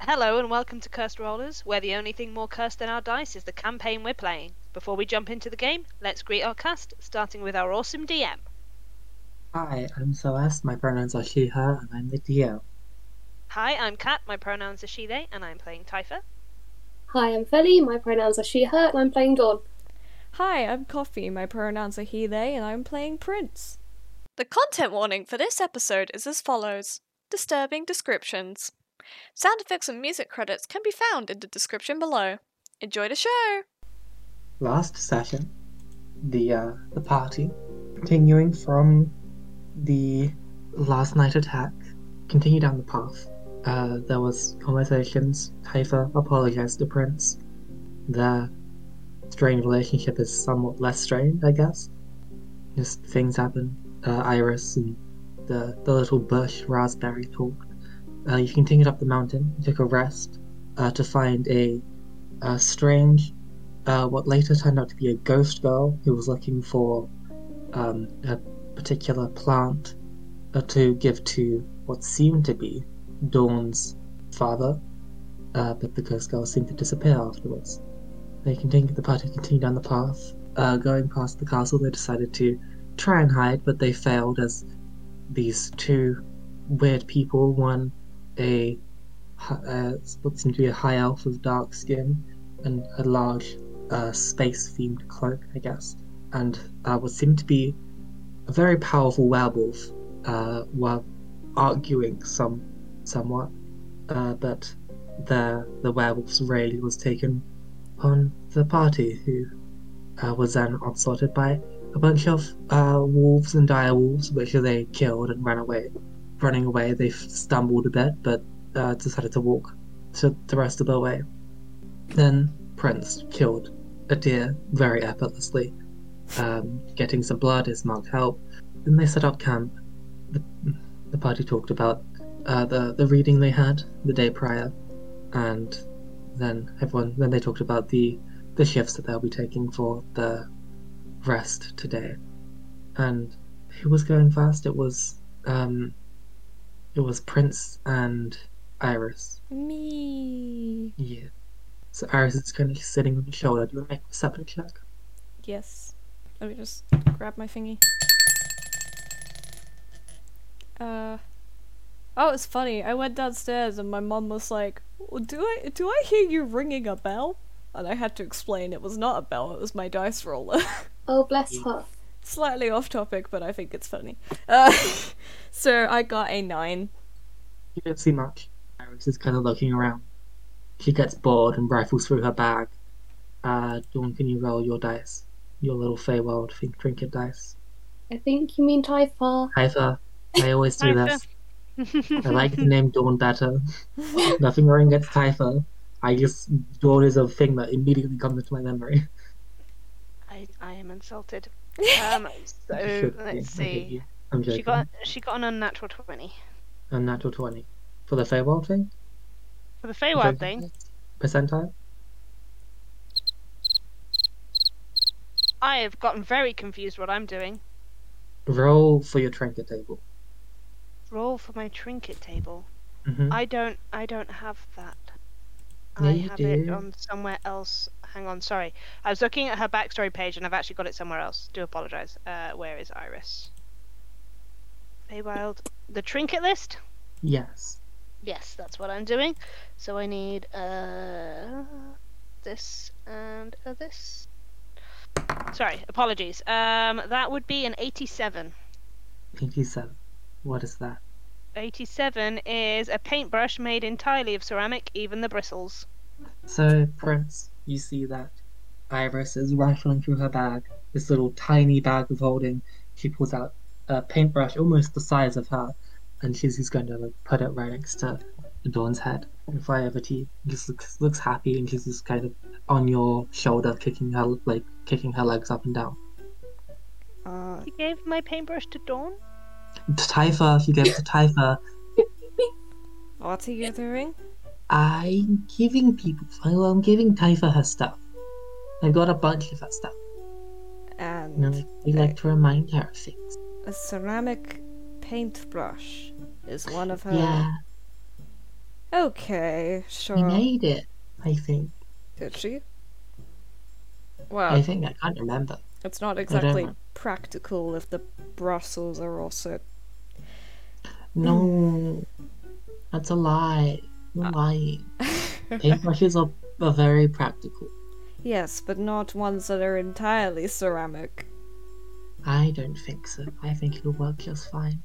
Hello and welcome to Cursed Rollers, where the only thing more cursed than our dice is the campaign we're playing. Before we jump into the game, let's greet our cast, starting with our awesome DM. Hi, I'm Celeste. My pronouns are she, her, and I'm the DM. Hi, I'm Kat, my pronouns are she, they, and I'm playing Typha. Hi, I'm Feli. My pronouns are she, her, and I'm playing Dawn. Hi, I'm Coffee. My pronouns are he, they, and I'm playing Prince. The content warning for this episode is as follows Disturbing descriptions. Sound effects and music credits can be found in the description below. Enjoy the show! Last session, the uh, the party, continuing from the last night attack, continue down the path. Uh, there was conversations. Typha apologized to Prince. Their strained relationship is somewhat less strained, I guess. Just things happen. Uh, Iris and the the little bush raspberry talked. Uh, you continued up the mountain, took a rest uh, to find a, a strange, uh, what later turned out to be a ghost girl who was looking for um, a particular plant uh, to give to what seemed to be Dawn's father, uh, but the ghost girl seemed to disappear afterwards. They continued, the party continued down the path. Uh, going past the castle, they decided to try and hide, but they failed as these two weird people, one a hi- uh, what seemed to be a high elf with dark skin and a large uh, space themed cloak, I guess, and uh, what seemed to be a very powerful werewolf uh, were arguing some somewhat, uh, but the the werewolf's raid was taken on the party, who uh, was then onslaughted by a bunch of uh, wolves and dire wolves, which they killed and ran away running away, they stumbled a bit, but uh, decided to walk to the rest of the way. Then Prince killed a deer very effortlessly, um, getting some blood as marked help. Then they set up camp. The, the party talked about uh, the the reading they had the day prior, and then everyone then they talked about the the shifts that they'll be taking for the rest today. And who was going first? It was um, it was Prince and Iris. Me. Yeah. So Iris is currently sitting on your shoulder. Do you want to make a perception check? Yes. Let me just grab my thingy. Uh. Oh, it's funny. I went downstairs and my mum was like, "Well, "Do I do I hear you ringing a bell?" And I had to explain it was not a bell. It was my dice roller. Oh, bless her. Slightly off topic, but I think it's funny. Uh, so I got a nine. You don't see much. Iris is kind of looking around. She gets bored and rifles through her bag. Uh, Dawn, can you roll your dice? Your little Feywild think trinket dice. I think you mean Typha. Typha, I always do this. I Typha. like the name Dawn better. Nothing wrong against Typha. I just Dawn is a thing that immediately comes into my memory. I, I am insulted. Um, so Should be. let's I hate see. you. I'm joking. She got she got an unnatural twenty a natural twenty for the Feywild thing. for the Feywild Percentile? thing. Percentile. I have gotten very confused what I'm doing. Roll for your trinket table. Roll for my trinket table. hmm I don't I don't have that. Yeah, I you have it do. on somewhere else. Hang on, sorry. I was looking at her backstory page and I've actually got it somewhere else. Do apologise. Uh, where is Iris? Feywild. The trinket list? Yes. Yes, that's what I'm doing. So I need uh this and uh, this. Sorry, apologies. Um, that would be an 87. Eighty-seven. What is that? 87 is a paintbrush made entirely of ceramic, even the bristles. So, Prince, you see that Iris is rifling through her bag, this little tiny bag of holding. She pulls out a paintbrush almost the size of her, and she's just going to like, put it right next to Dawn's head and fly over to you. Just looks, looks happy, and she's just kind of on your shoulder, kicking her like kicking her legs up and down. Uh, You gave my paintbrush to Dawn? To Typha, she goes to Typha. what are you doing? I'm giving people. Well, I'm giving Typha her stuff. I got a bunch of her stuff. And You know, we like to remind her of things. a Oh. ceramic paintbrush is one of her Yeah. Okay, We sure. made it, I think. Did she? Well, I think I can't remember. it's not exactly know. practical if the Brussels are also. Hmm. No, that's a lie. You're lying. Paintbrushes are, are very practical. Yes, but not ones that are entirely ceramic. I don't think so. I think it'll work just fine.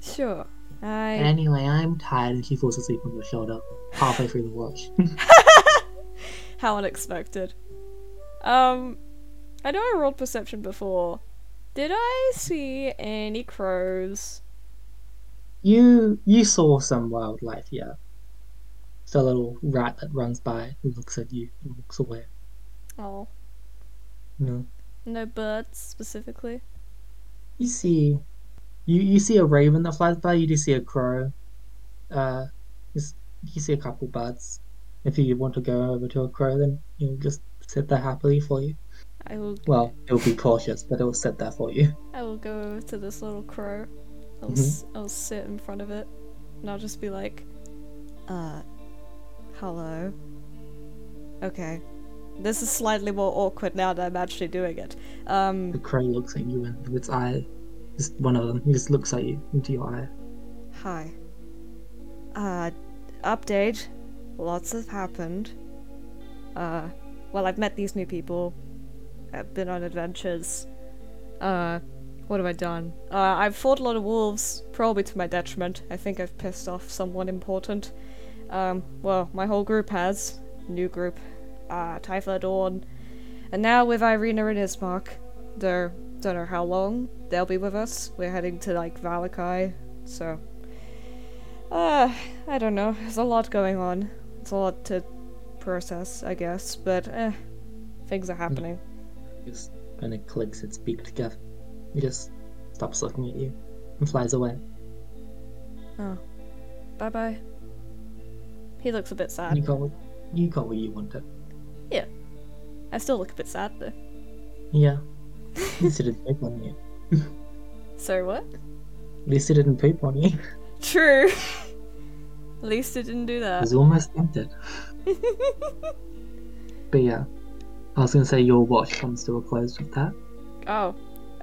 Sure. I. But anyway, I'm tired and she falls asleep on your shoulder halfway through the watch. How unexpected. Um, I know I rolled perception before. Did I see any crows? you you saw some wildlife, yeah. It's a little rat that runs by, who looks at you, and walks away. Oh, No. no birds specifically. You see, you you see a raven that flies by. You do see a crow. Uh, just, you see a couple birds. If you want to go over to a crow, then you'll just sit there happily for you. I will. Well, it'll be cautious, but it'll sit there for you. I will go over to this little crow. I'll. Mhm. S- I'll sit in front of it, and I'll just be like, "Uh, hello." Okay. This is slightly more awkward now that I'm actually doing it. Um, The crow looks at you and with its eye, just one of them, he just looks at you into your eye. Hi. Uh, update. Lots have happened. Uh, well, I've met these new people. I've been on adventures. Uh, what have I done? Uh, I've fought a lot of wolves, probably to my detriment. I think I've pissed off someone important. Um, well, my whole group has. New group. Uh, Typhla Dawn. And now with Irina and Ismark. They're, don't know how long they'll be with us. We're heading to, like, Valakai, so. Uh, I don't know. There's a lot going on. It's a lot to process, I guess, but eh, things are happening. Just kind of clicks its beak together. He just stops looking at you and flies away. Bye bye. He looks a bit You sad. got what you got what you wanted. I still look a bit sad though. Yeah. At least it didn't poop on you. So what? At least it didn't poop on you. It True. At least it didn't do that. was almost tempted. But yeah, I was gonna say your watch comes to a close with that. oh.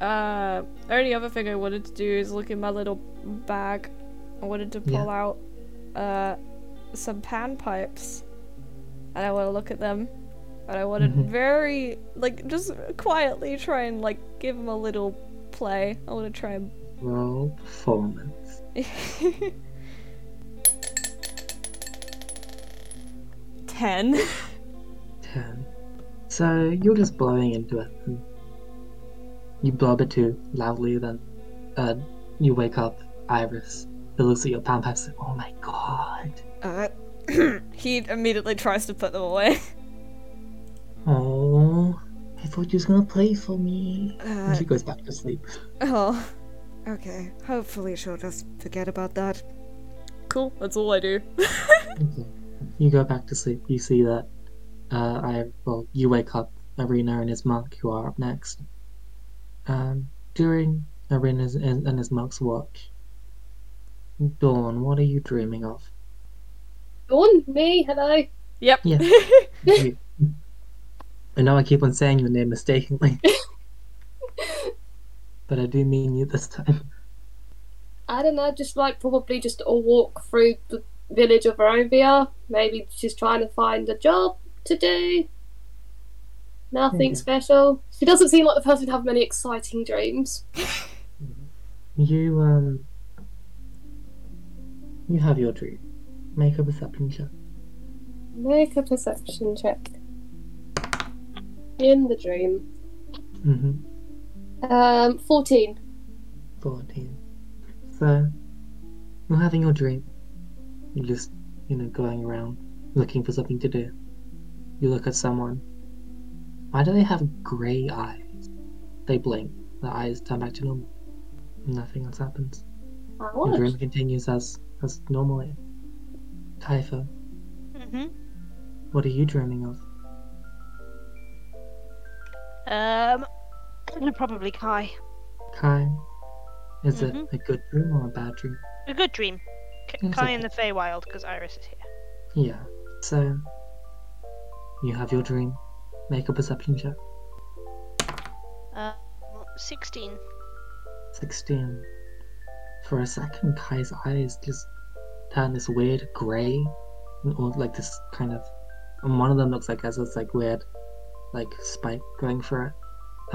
Uh, only other thing I wanted to do is look in my little bag. I wanted to Yeah. pull out uh some pan pipes, and I want to look at them, and I want to Mhm. very like just quietly try and like give them a little play. I want to try and. Roll performance. Ten. Ten. So you're just blowing into it. And you blow a bit too loudly, then uh, you wake up Iris, who looks at your pan pipe and says, "Oh my god! Uh, he immediately tries to put them away. Oh, I thought you was gonna play for me." Uh, And she goes back to sleep. Oh, okay. Hopefully she'll just forget about that. Cool, that's all I do. Okay. You go back to sleep. You see that uh, I well, you wake up Arena and his monk, who are up next. Um, during Arena's and, and his monk's watch, Dawn, what are you dreaming of? Dawn, me, hello. yep. Yeah. You- I know I keep on saying your name mistakenly, but I do mean you this time. I don't know, just like probably just a walk through the village of Verovia. Maybe she's trying to find a job to do. Nothing Mhm. special. She doesn't seem like the person to have many exciting dreams. You um, you have your dream. Make a perception check. Make a perception check. In the dream. Mm-hmm. Um, 14. 14. So, you're having your dream. You're just, you know, going around looking for something to do. You look at someone. Why do they have grey eyes? They blink. Their eyes turn back to normal. Nothing else happens. I Your was. dream continues as as normally. Typha, Mm-hmm. what are you dreaming of? Um, probably Kai. Kai, is Mhm. it a good dream or a bad dream? A good dream. K- Yes, Kai okay. in the Feywild, because Iris is here. Yeah. So, you have your dream. Make a perception check. Uh, 16. 16. For a second, Kai's eyes just turn this weird grey, and all like this kind of. And one of them looks like has this like weird, like spike going for it.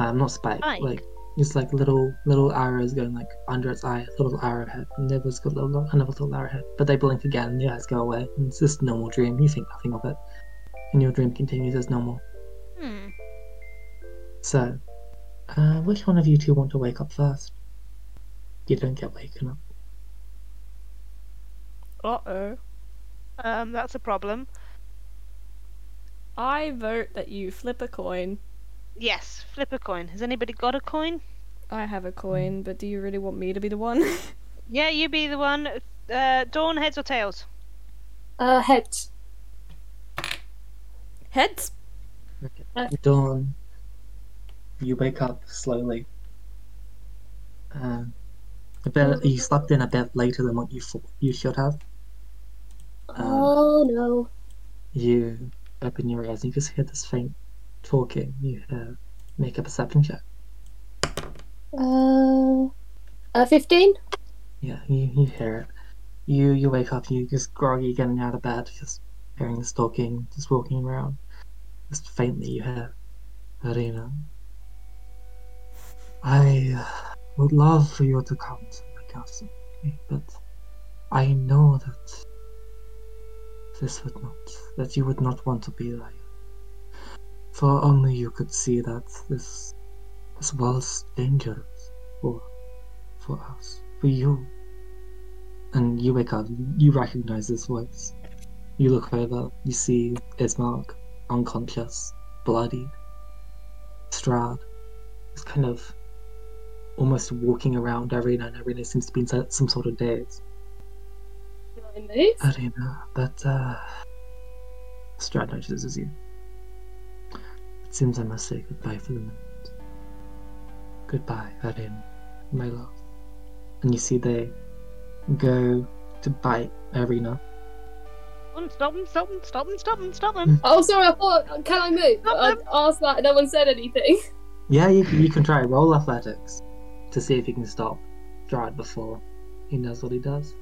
Um, not spike, Spike? like just like little little arrows going like under its eye, little arrowhead. And there was got little another little arrowhead, but they blink again, and the eyes go away. And it's just a normal dream. You think nothing of it, and your dream continues as normal. Hmm. So, uh, which one of you two want to wake up first? You don't get waken up. Uh oh. Um, that's a problem. I vote that you flip a coin. Yes, flip a coin. Has anybody got a coin? I have a coin, but do you really want me to be the one? Yeah, you be the one. Uh, Dawn, heads or tails? Uh, heads. Heads? Dawn, you wake up slowly. Um, a bit, you slept in a bit later than what you thought you should have. Oh no. You open your eyes and you just hear this faint talking. You hear, make a perception check. Uh, uh, fifteen. Yeah, you, you hear it. You you wake up, you just groggy getting out of bed, just hearing this talking, just walking around. Just faintly you hear Arena. I uh, would love for you to come to the castle, with me, but I know that this would not that you would not want to be there. For only you could see that this this world's dangerous for for us. For you. And you wake up, you recognize this voice. You look over, you see Ismark, unconscious, bloody. Strad is kind of almost walking around Arena, and Arena seems to be in so- some sort of daze. Can I move? Arena, but, uh. Strad notices you. It seems I must say goodbye for the moment. Goodbye, Arena, my love. And you see they go to bite Arena. Um, Stop them, stop them, stop them, stop them, stop them. Oh, sorry. I thought. Can I move? I asked that. and No one said anything. Yeah, you, you can try roll athletics to see if you can stop Strad before he knows what he does.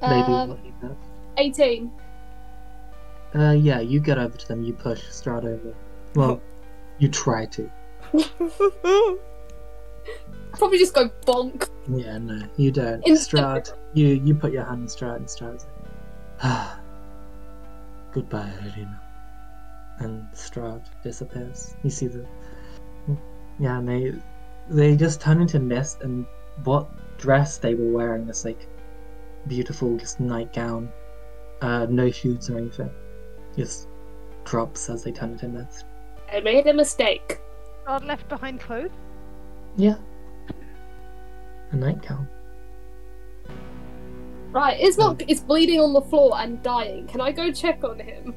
They do Um, what he does. Eighteen. Uh, yeah, you get over to them, you push Strad over. Well, you try to. Probably just go bonk. Yeah, no, you don't. Instantly. Strad, you you put your hand on Strad, and Strad's like, ah, goodbye, Irina. And Strad disappears. You see the, yeah, and they they just turn into mist, and what dress they were wearing this like beautiful just nightgown, uh, no shoes or anything, just drops as they turn into mist. I made a mistake. Are left behind clothes? Yeah, a nightgown. Right, Ismark is bleeding on the floor and dying. Can I go check on him?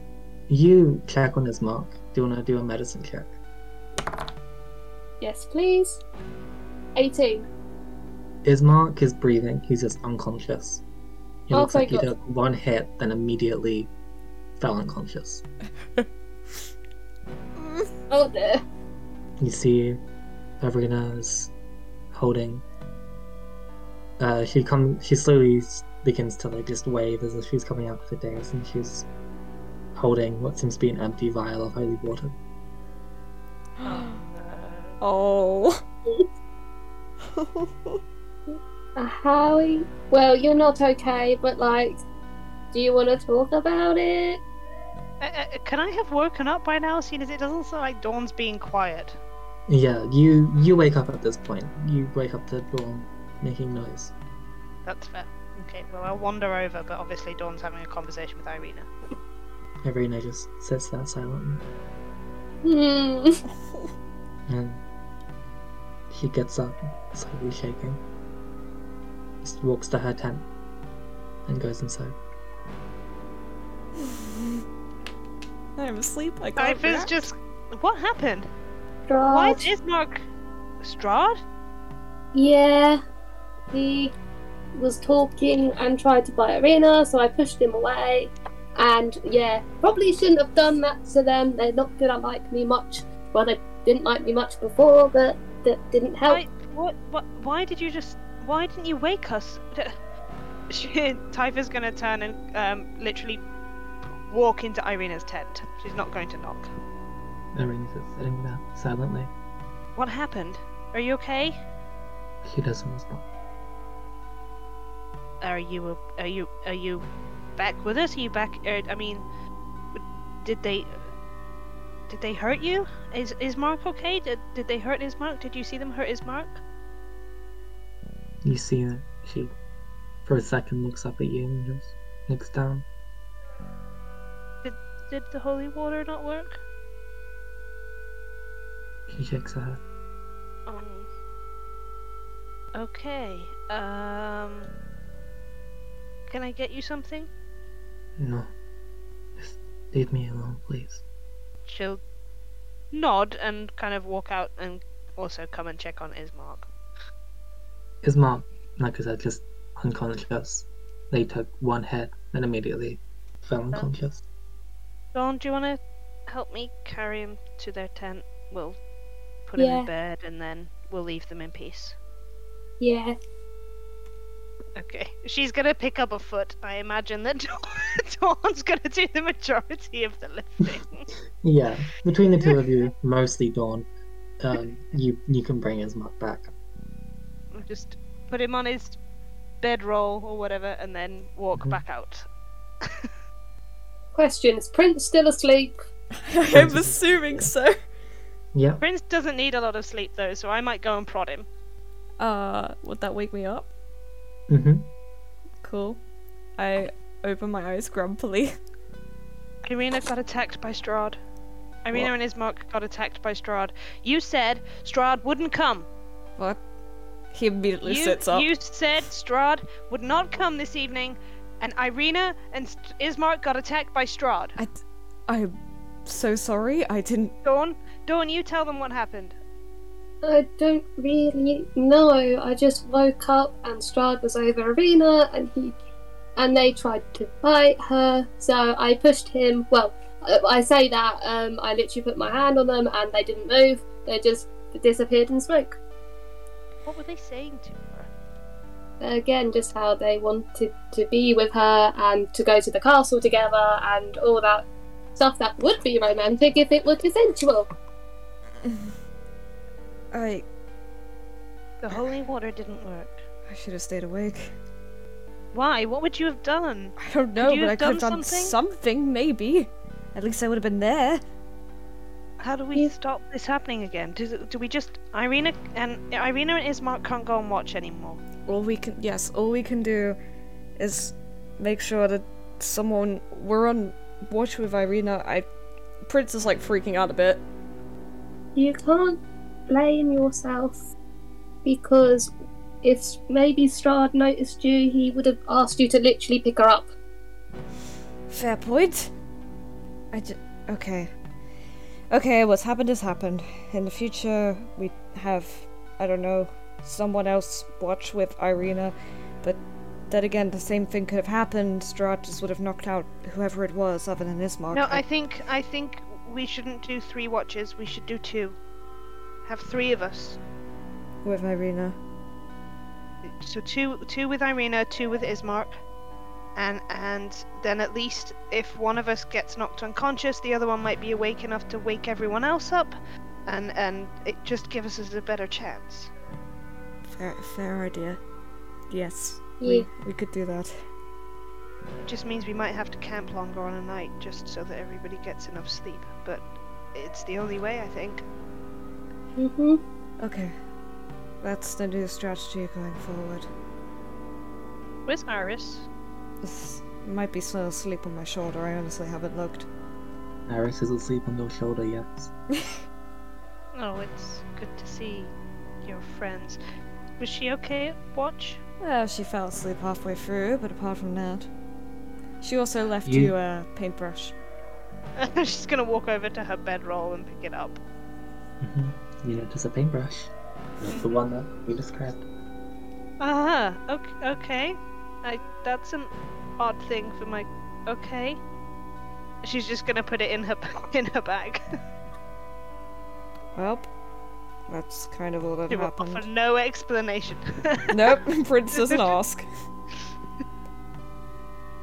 You check on his mark. Do you want to do a medicine check? Yes, please. Eighteen. Ismark is breathing. He's just unconscious. He Oh, looks like thank he God. took one hit, then immediately fell unconscious. Oh dear. You see, Irina is holding. Uh, she come. She slowly s- begins to like just wave as if she's coming out of the daze, and she's holding what seems to be an empty vial of holy water. Oh. Uh, Howie? Well, you're not okay, but like, do you want to talk about it? Uh, uh, can I have woken up by now, seeing as it doesn't sound like Dawn's being quiet? Yeah, you you wake up at this point. You wake up to dawn, making noise. That's fair. Okay, well, I'll wander over, but obviously Dawn's having a conversation with Irina. Irina just sits there silently. Hmm. And she gets up, slightly shaking. Just walks to her tent and goes inside. I'm asleep. I can't. Life is react. just. What happened? Why Right. is Mark. Strad? Yeah. He was talking and tried to buy Arena, so I pushed him away. And yeah, probably shouldn't have done that to them. They're not gonna like me much. Well, they didn't like me much before, but that didn't help. Why, what, what, why did you just? Why didn't you wake us? She, Typha's gonna turn and um, literally walk into Irina's tent. She's not going to knock. Irene is sitting there silently. What happened? Are you okay? He doesn't respond. Are you? a- Are you? Are you back with us? Are you back? Er, I mean, did they? Did they hurt you? Is is Mark okay? Did, did they hurt his Mark? Did you see them hurt his Mark? You see that she, for a second, looks up at you and just looks down. Did the holy water not work? She shakes her head. Um, okay. Um. Can I get you something? No. Just leave me alone, please. She'll nod and kind of walk out and also come and check on Ismark. His mom, like I said, just unconscious. They took one hit and immediately fell unconscious. Dawn, do you want to help me carry him to their tent? We'll put him Yeah. in bed and then we'll leave them in peace. Yeah, Okay. She's going to pick up a foot. I imagine that Dawn's going to do the majority of the lifting. Yeah, between the two of you, mostly Dawn, um, you you can bring his mom back. We'll just put him on his bedroll or whatever and then walk Mm-hmm. Mhm. back out. questions. Prince still asleep. I'm I'm assuming so. Yep, Prince doesn't need a lot of sleep though, so I might go and prod him. Uh, would that wake me up? hmm Cool. I open my eyes grumpily. Irina got attacked by Strahd. Irina and Ismark got attacked by Strahd. You said Strahd wouldn't come. What? He immediately you, sits up. you said Strahd would not come this evening, and Irina and St- Ismark got attacked by Strahd. I, I'm so sorry. I didn't. Dawn, Dawn, you tell them what happened. I don't really know. I just woke up and Strahd was over Arena and he and they tried to bite her. So I pushed him. Well, I- I say that um, I literally put my hand on them and they didn't move. They just disappeared in smoke. What were they saying to her? Again, just how they wanted to be with her and to go to the castle together and all that stuff that would be romantic if it were consensual. I The holy water didn't work. I should have stayed awake. Why? What would you have done? I don't know, you but have I could have done done something? something, maybe. At least I would have been there. How do we stop this happening again? Do, do we just Irina and Irina and Ismark can't go and watch anymore? All we can yes, all we can do is make sure that someone we're on watch with Irina. I Prince is like freaking out a bit. you can't blame yourself because if maybe Strahd noticed you, he would have asked you to literally pick her up. Fair point. I just okay. Okay, what's happened has happened. In the future, we have I don't know someone else watch with Irina, but then again, the same thing could have happened. Strahd just would have knocked out whoever it was, other than Ismark. No, I think I think we shouldn't do three watches. We should do two. Have three of us. with Irina. So two two with Irina, two with Ismark, and and then at least if one of us gets knocked unconscious, the other one might be awake enough to wake everyone else up, and and it just gives us a better chance. Fair, fair idea. Yes, Yeah. we, we could do that. It just means we might have to camp longer on a night just so that everybody gets enough sleep. But it's the only way I think. Mm-hmm. Okay, that's the new strategy going forward. Where's Iris? This might be still asleep on my shoulder. I honestly haven't looked. Iris is asleep on your shoulder, yes. Oh, it's good to see your friends. Was she okay at watch? Well, she fell asleep halfway through, but apart from that, she also left You- you, a paintbrush. She's gonna walk over to her bedroll and pick it up. Mm-hmm. You notice a paintbrush. That's the one that we described. Ah, okay. okay. I, that's an odd thing for my. Okay. She's just gonna put it in her in her bag. Well, that's kind of all that She will offer happened. no explanation. Nope, Prince doesn't ask.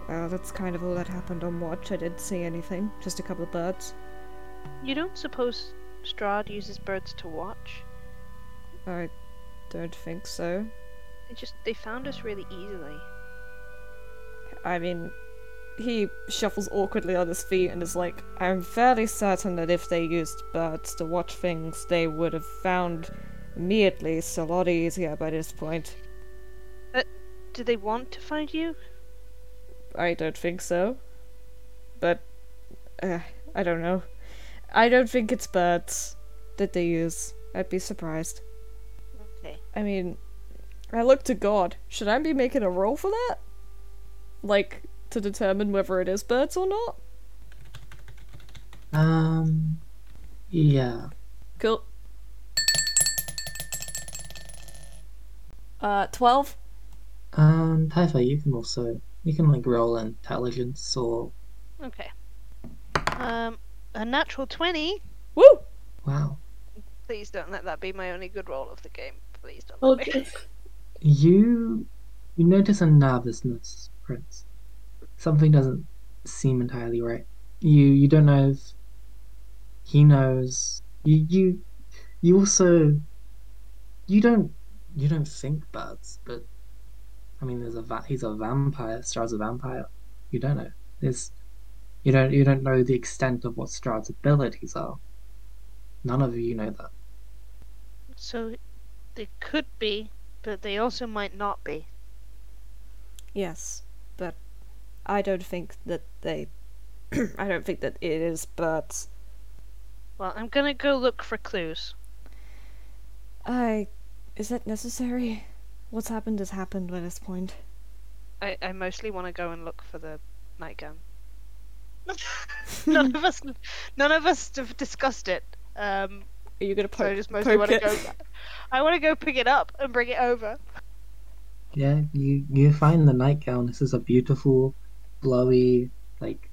Well, that's kind of all that happened on watch. I didn't see anything, just a couple of birds. You don't suppose Strahd uses birds to watch? I don't think so. They just they found us really easily. I mean, he shuffles awkwardly on his feet and is like, I'm fairly certain that if they used birds to watch things, they would have found me at least a lot easier by this point. Do they want to find you? I don't think so. But, uh, I don't know. I don't think it's birds that they use. I'd be surprised. Okay. I mean, I look to God. Should I be making a roll for that? Like, to determine whether it is birds or not? Um, yeah. Cool. Uh, 12? Um, Typha, you can also you can like roll intelligence or Okay. Um, a natural twenty. Woo! wow. Please don't let that be my only good roll of the game. Please don't. Oh, Let me. dear. You you notice a nervousness, Prince. Something doesn't seem entirely right. You you don't know if he knows. You you you also you don't you don't think birds, but I mean, there's a va- he's a vampire. Strahd's a vampire. You don't know. There's you don't you don't know the extent of what Strahd's abilities are. None of you know that. So, they could be, but they also might not be. Yes, but I don't think that they. I don't think that it is birds. Well, I'm gonna go look for clues. I. Is that necessary? What's happened has happened by this point. I, I mostly want to go and look for the nightgown. none of us, none of us have discussed it. Um, Are you gonna so I poke? just mostly poke want to it? go. I want to go pick it up and bring it over. Yeah, you you find the nightgown. This is a beautiful, glowy, like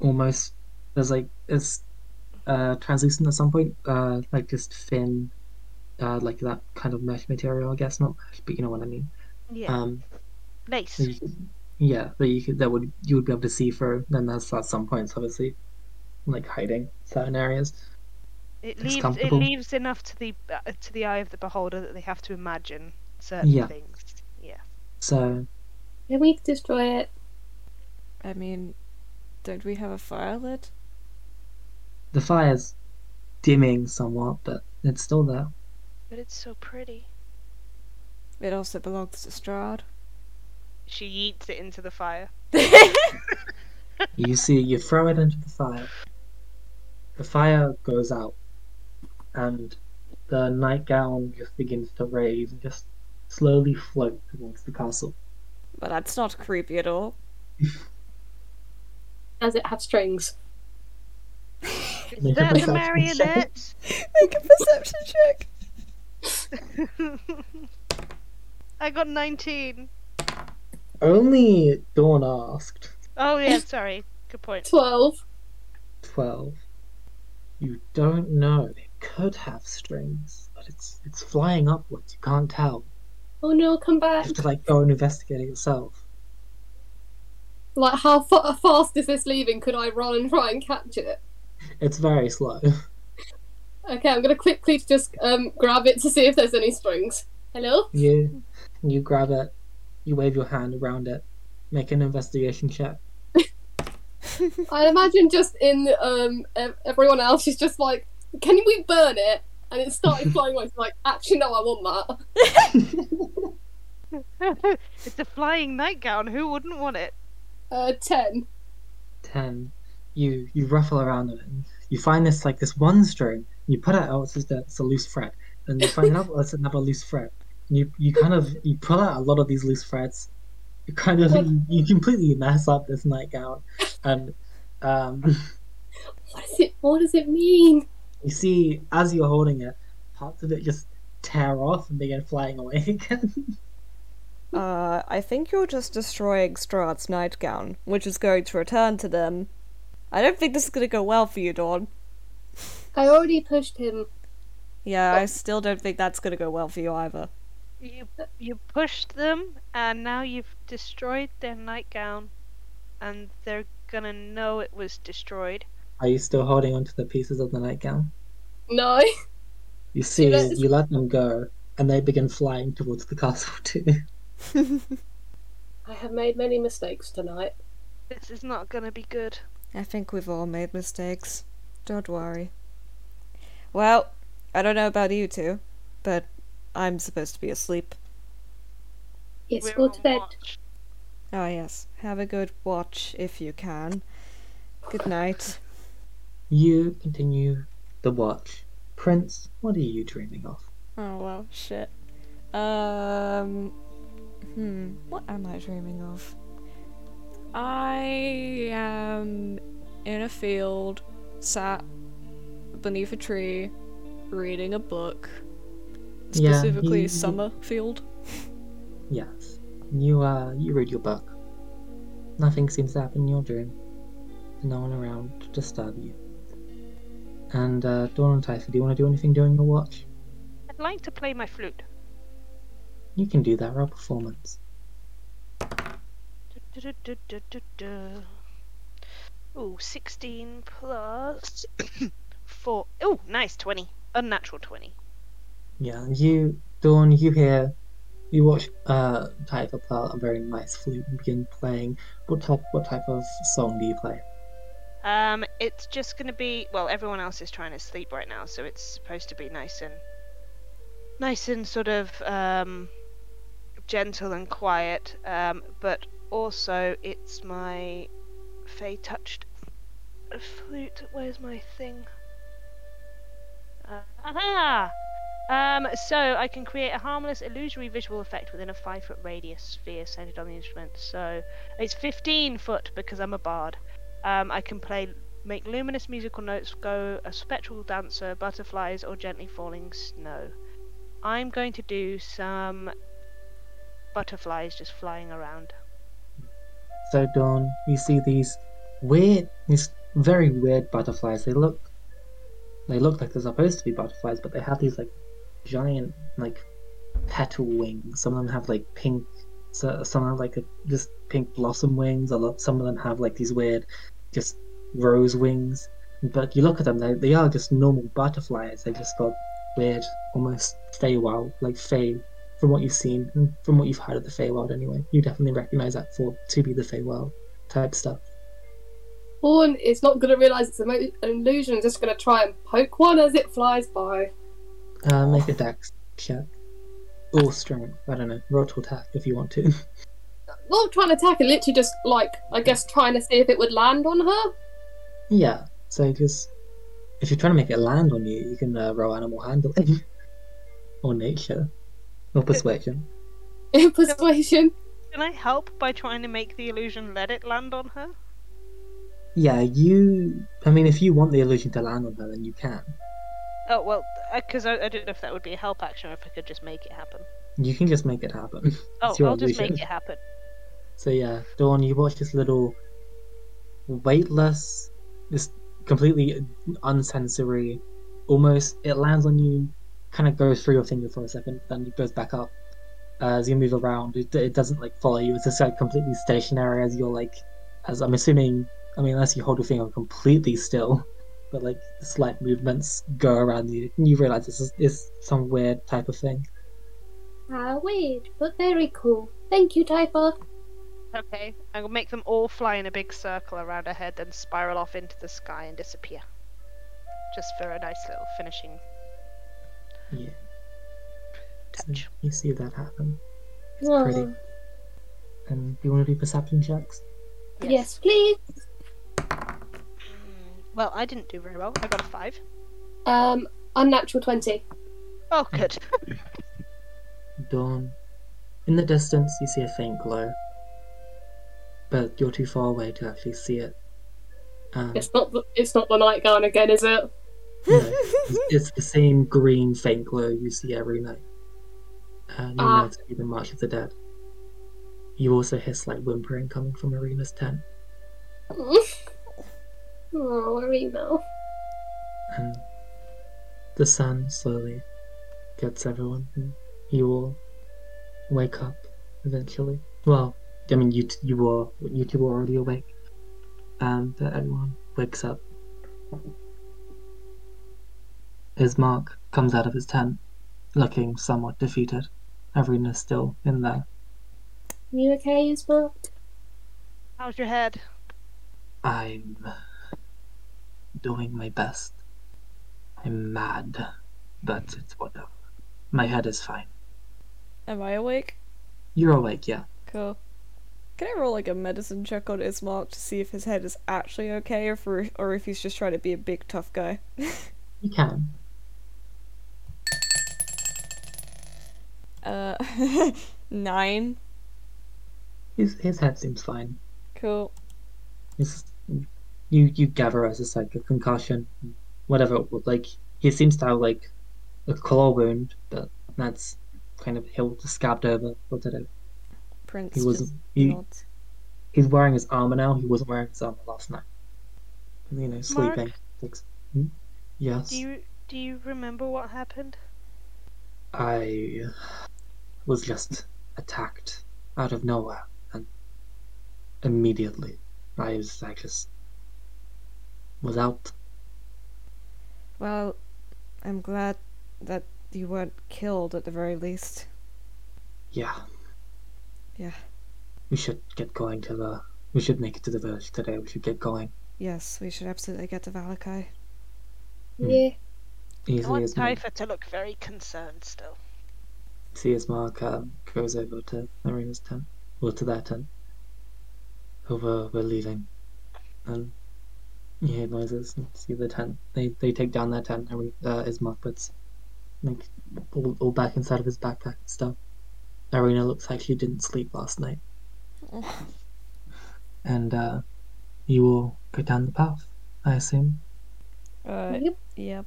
almost there's like it's uh translucent at some point, uh like just thin, uh like that kind of mesh material, I guess not mesh, but you know what I mean. Yeah, Um lace. that you could- yeah, that you could that would you would be able to see through. Then that's at some points obviously. Like hiding certain areas. It It's leaves it comfortable. leaves enough to the uh, to the eye of the beholder that they have to imagine certain Yeah. things. Yeah. So Can we destroy it? I mean, don't we have a fire lit? the fire's dimming somewhat, but it's still there. But it's so pretty. It also belongs to Strahd. She yeets it into the fire. You see, you throw it into the fire. The fire goes out, and the nightgown just begins to raise and just slowly float towards the castle. But that's not creepy at all. Does it have strings? Make a That's a perception check. marionette. Make a perception check! I got 19. Only Dawn asked. Oh yeah, sorry. Good point. 12. 12. You don't know. It could have strings, but it's it's flying upwards. You can't tell. Oh no, come You back. have to like go and investigate it yourself. Like, how fa- fast is this leaving? Could I run and try and catch it? It's very slow. Okay, I'm gonna quickly just um, grab it to see if there's any strings. Hello? You you grab it, you wave your hand around it, make an investigation check. I imagine just in um, ev- everyone else, she's just like, can we burn it? And it started flying away. She's like, actually, no, I want that. it's a flying nightgown. Who wouldn't want it? Uh, 10. ten, you you ruffle around in it. And you find this like this one string. You put it out. It's just a, it's a loose thread, and you find another. It's another loose thread. And you you kind of you pull out a lot of these loose threads. You kind of you, you completely mess up this nightgown, and um, What, is it, what does it mean? you see as you're holding it, parts of it just tear off and begin flying away again. Uh, I think you're just destroying Strahd's nightgown, which is going to return to them I don't think this is gonna go well for you, Dawn. I already pushed him. Yeah, Oh. I still don't think that's gonna go well for you either. You you pushed them, and now you've destroyed their nightgown, and they're gonna know it was destroyed. Are you still holding onto the pieces of the nightgown? No. You see, that's- you let them go, and they begin flying towards the castle too. I have made many mistakes tonight. This is not gonna be good. I think we've all made mistakes. Don't worry. Well, I don't know about you two, but I'm supposed to be asleep. Yes, We're go on to bed. watch. Oh, yes. Have a good watch if you can. Good night. You continue the watch. Prince, what are you dreaming of? Oh, well, shit. Um. Hmm. What am I dreaming of? I am in a field, sat beneath a tree, reading a book. Yeah, Specifically, you- Summerfield. Yes. You uh you read your book. Nothing seems to happen in your dream. No one around to disturb you. And uh Dawn and Typha, do you want to do anything during your watch? I'd like to play my flute. You can do that roll performance. Ooh, 16 plus 4. Ooh, nice, 20. Unnatural 20. Yeah, and you Dawn, you hear you watch uh Typha play a very nice flute and begin playing. What type what type of song do you play? Um, it's just gonna be. Well, everyone else is trying to sleep right now, so it's supposed to be nice and. Nice and sort of um, gentle and quiet, um, but also it's my Fey touched flute. Where's my thing? Uh, aha! Um, so I can create a harmless illusory visual effect within a five foot radius sphere centered on the instrument. So it's 15 foot because I'm a bard. Um, I can play, make luminous musical notes go a spectral dancer, butterflies, or gently falling snow. I'm going to do some butterflies just flying around. So Dawn, you see these weird, these very weird butterflies. They look, they look like they're supposed to be butterflies, but they have these like giant, like petal wings. Some of them have like pink, so, some have like a, just pink blossom wings. A lot, some of them have like these weird, just rose wings. But you look at them, they, they are just normal butterflies. They just got weird, almost Feywild, like Fey. From what you've seen and from what you've heard of the Feywild, anyway, you definitely recognize that for to be the Feywild type stuff. Horn is not going to realise it's a mo- an illusion. Just going to try and poke one as it flies by. Uh, make a dex check. Or strength. I don't know. Roll to attack if you want to. Not trying to attack it. Literally just like I guess trying to see if it would land on her. yeah. So just if you're trying to make it land on you, you can uh, roll animal handling or nature or persuasion. In persuasion. Can I help by trying to make the illusion let it land on her? Yeah, you. I mean, if you want the illusion to land on her, then you can. Oh, well, because I, I don't know if that would be a help action or if I could just make it happen. You can just make it happen. Oh, It's your I'll just make illusion. it happen. So yeah, Dawn, you watch this little weightless, this completely unsensory, almost it lands on you, kind of goes through your finger for a second, then it goes back up. Uh, as you move around, it, it doesn't like follow you. It's just like completely stationary as you're like, as I'm assuming. I mean, unless you hold your finger completely still, but like slight movements go around you, and you realize this is, is some weird type of thing. Ah, weird, but very cool. Thank you, Typha. Okay. I will make them all fly in a big circle around her head, then spiral off into the sky and disappear. Just for a nice little finishing Yeah. So touch. you see that happen. Oh, pretty. And do you want to do perception checks? yes. please. Well, I didn't do very well. I got a five. Um, unnatural twenty. Oh, good. Dawn. In the distance, you see a faint glow, but you're too far away to actually see it. Um, It's not. The, it's not the nightgown again, is it? no, it's, it's the same green faint glow you see every night. And you Ah. know to be the March of the Dead. You also hear slight whimpering coming from Arena's tent. Oh, Arena. and the sun slowly gets everyone. And you will wake up eventually. Well, I mean, you t- you were you two were already awake, um, but everyone wakes up. His mark comes out of his tent, looking somewhat defeated. Irina's still in there. You okay, Isma? How's your head? I'm doing my best. I'm mad, but it's whatever. My head is fine. Am I awake? You're awake, yeah. Cool. Can I roll like a medicine check on Ismark to see if his head is actually okay or if, or if he's just trying to be a big tough guy? You can. Uh, nine. His his head seems fine. Cool. It's, you you gather as it's like a concussion, whatever. it was, Like he seems to have like a claw wound, but that's kind of healed, scabbed over. Whatever. Prince. He just wasn't. He, nods. he's wearing his armor now. He wasn't wearing his armor last night. You know, sleeping. Takes- Hmm? Yes. Do you do you remember what happened? I was just attacked out of nowhere, and immediately I was like just without. Well, I'm glad that you weren't killed at the very least. Yeah. Yeah. We should get going to the. We should make it to the village today. We should get going Yes, we should absolutely get to Valakai. Hmm. Yeah. I easily want as Mark, Typha to look very concerned still. see as Mark um, goes over to Marina's tent or to their tent. Over we're leaving, and you hear noises and see the tent. They they take down their tent. Every uh, is Mark puts like all, all back inside of his backpack and stuff. Irina looks like she didn't sleep last night, and uh, you will go down the path, I assume. Uh, Yep. yep.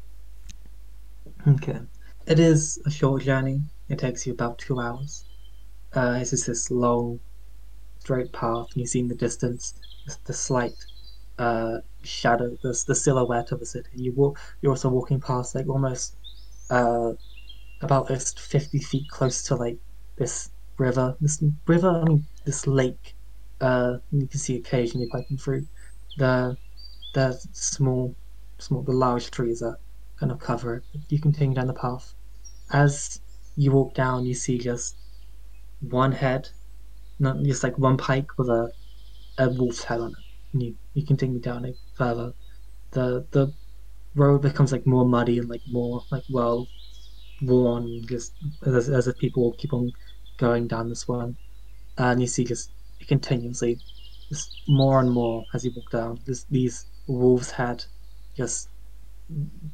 Okay. It is a short journey. It takes you about two hours. Uh, it's just this long, straight path, and you see in the distance just the slight uh, shadow, the, the silhouette of a city. You walk, you're also walking past, like, almost uh, about just 50 feet close to, like, this river. This river, I mean, this lake. Uh, you can see occasionally piping through. The, the small, small, the large trees are kind of cover it. You continue down the path. As you walk down, you see just one head, not just like one pike with a, a wolf's head on it. And you, you continue down it further. The the road becomes like more muddy and like more like well worn, just as, as if people keep on going down this one. And you see just continuously, just more and more as you walk down, just these wolves' head just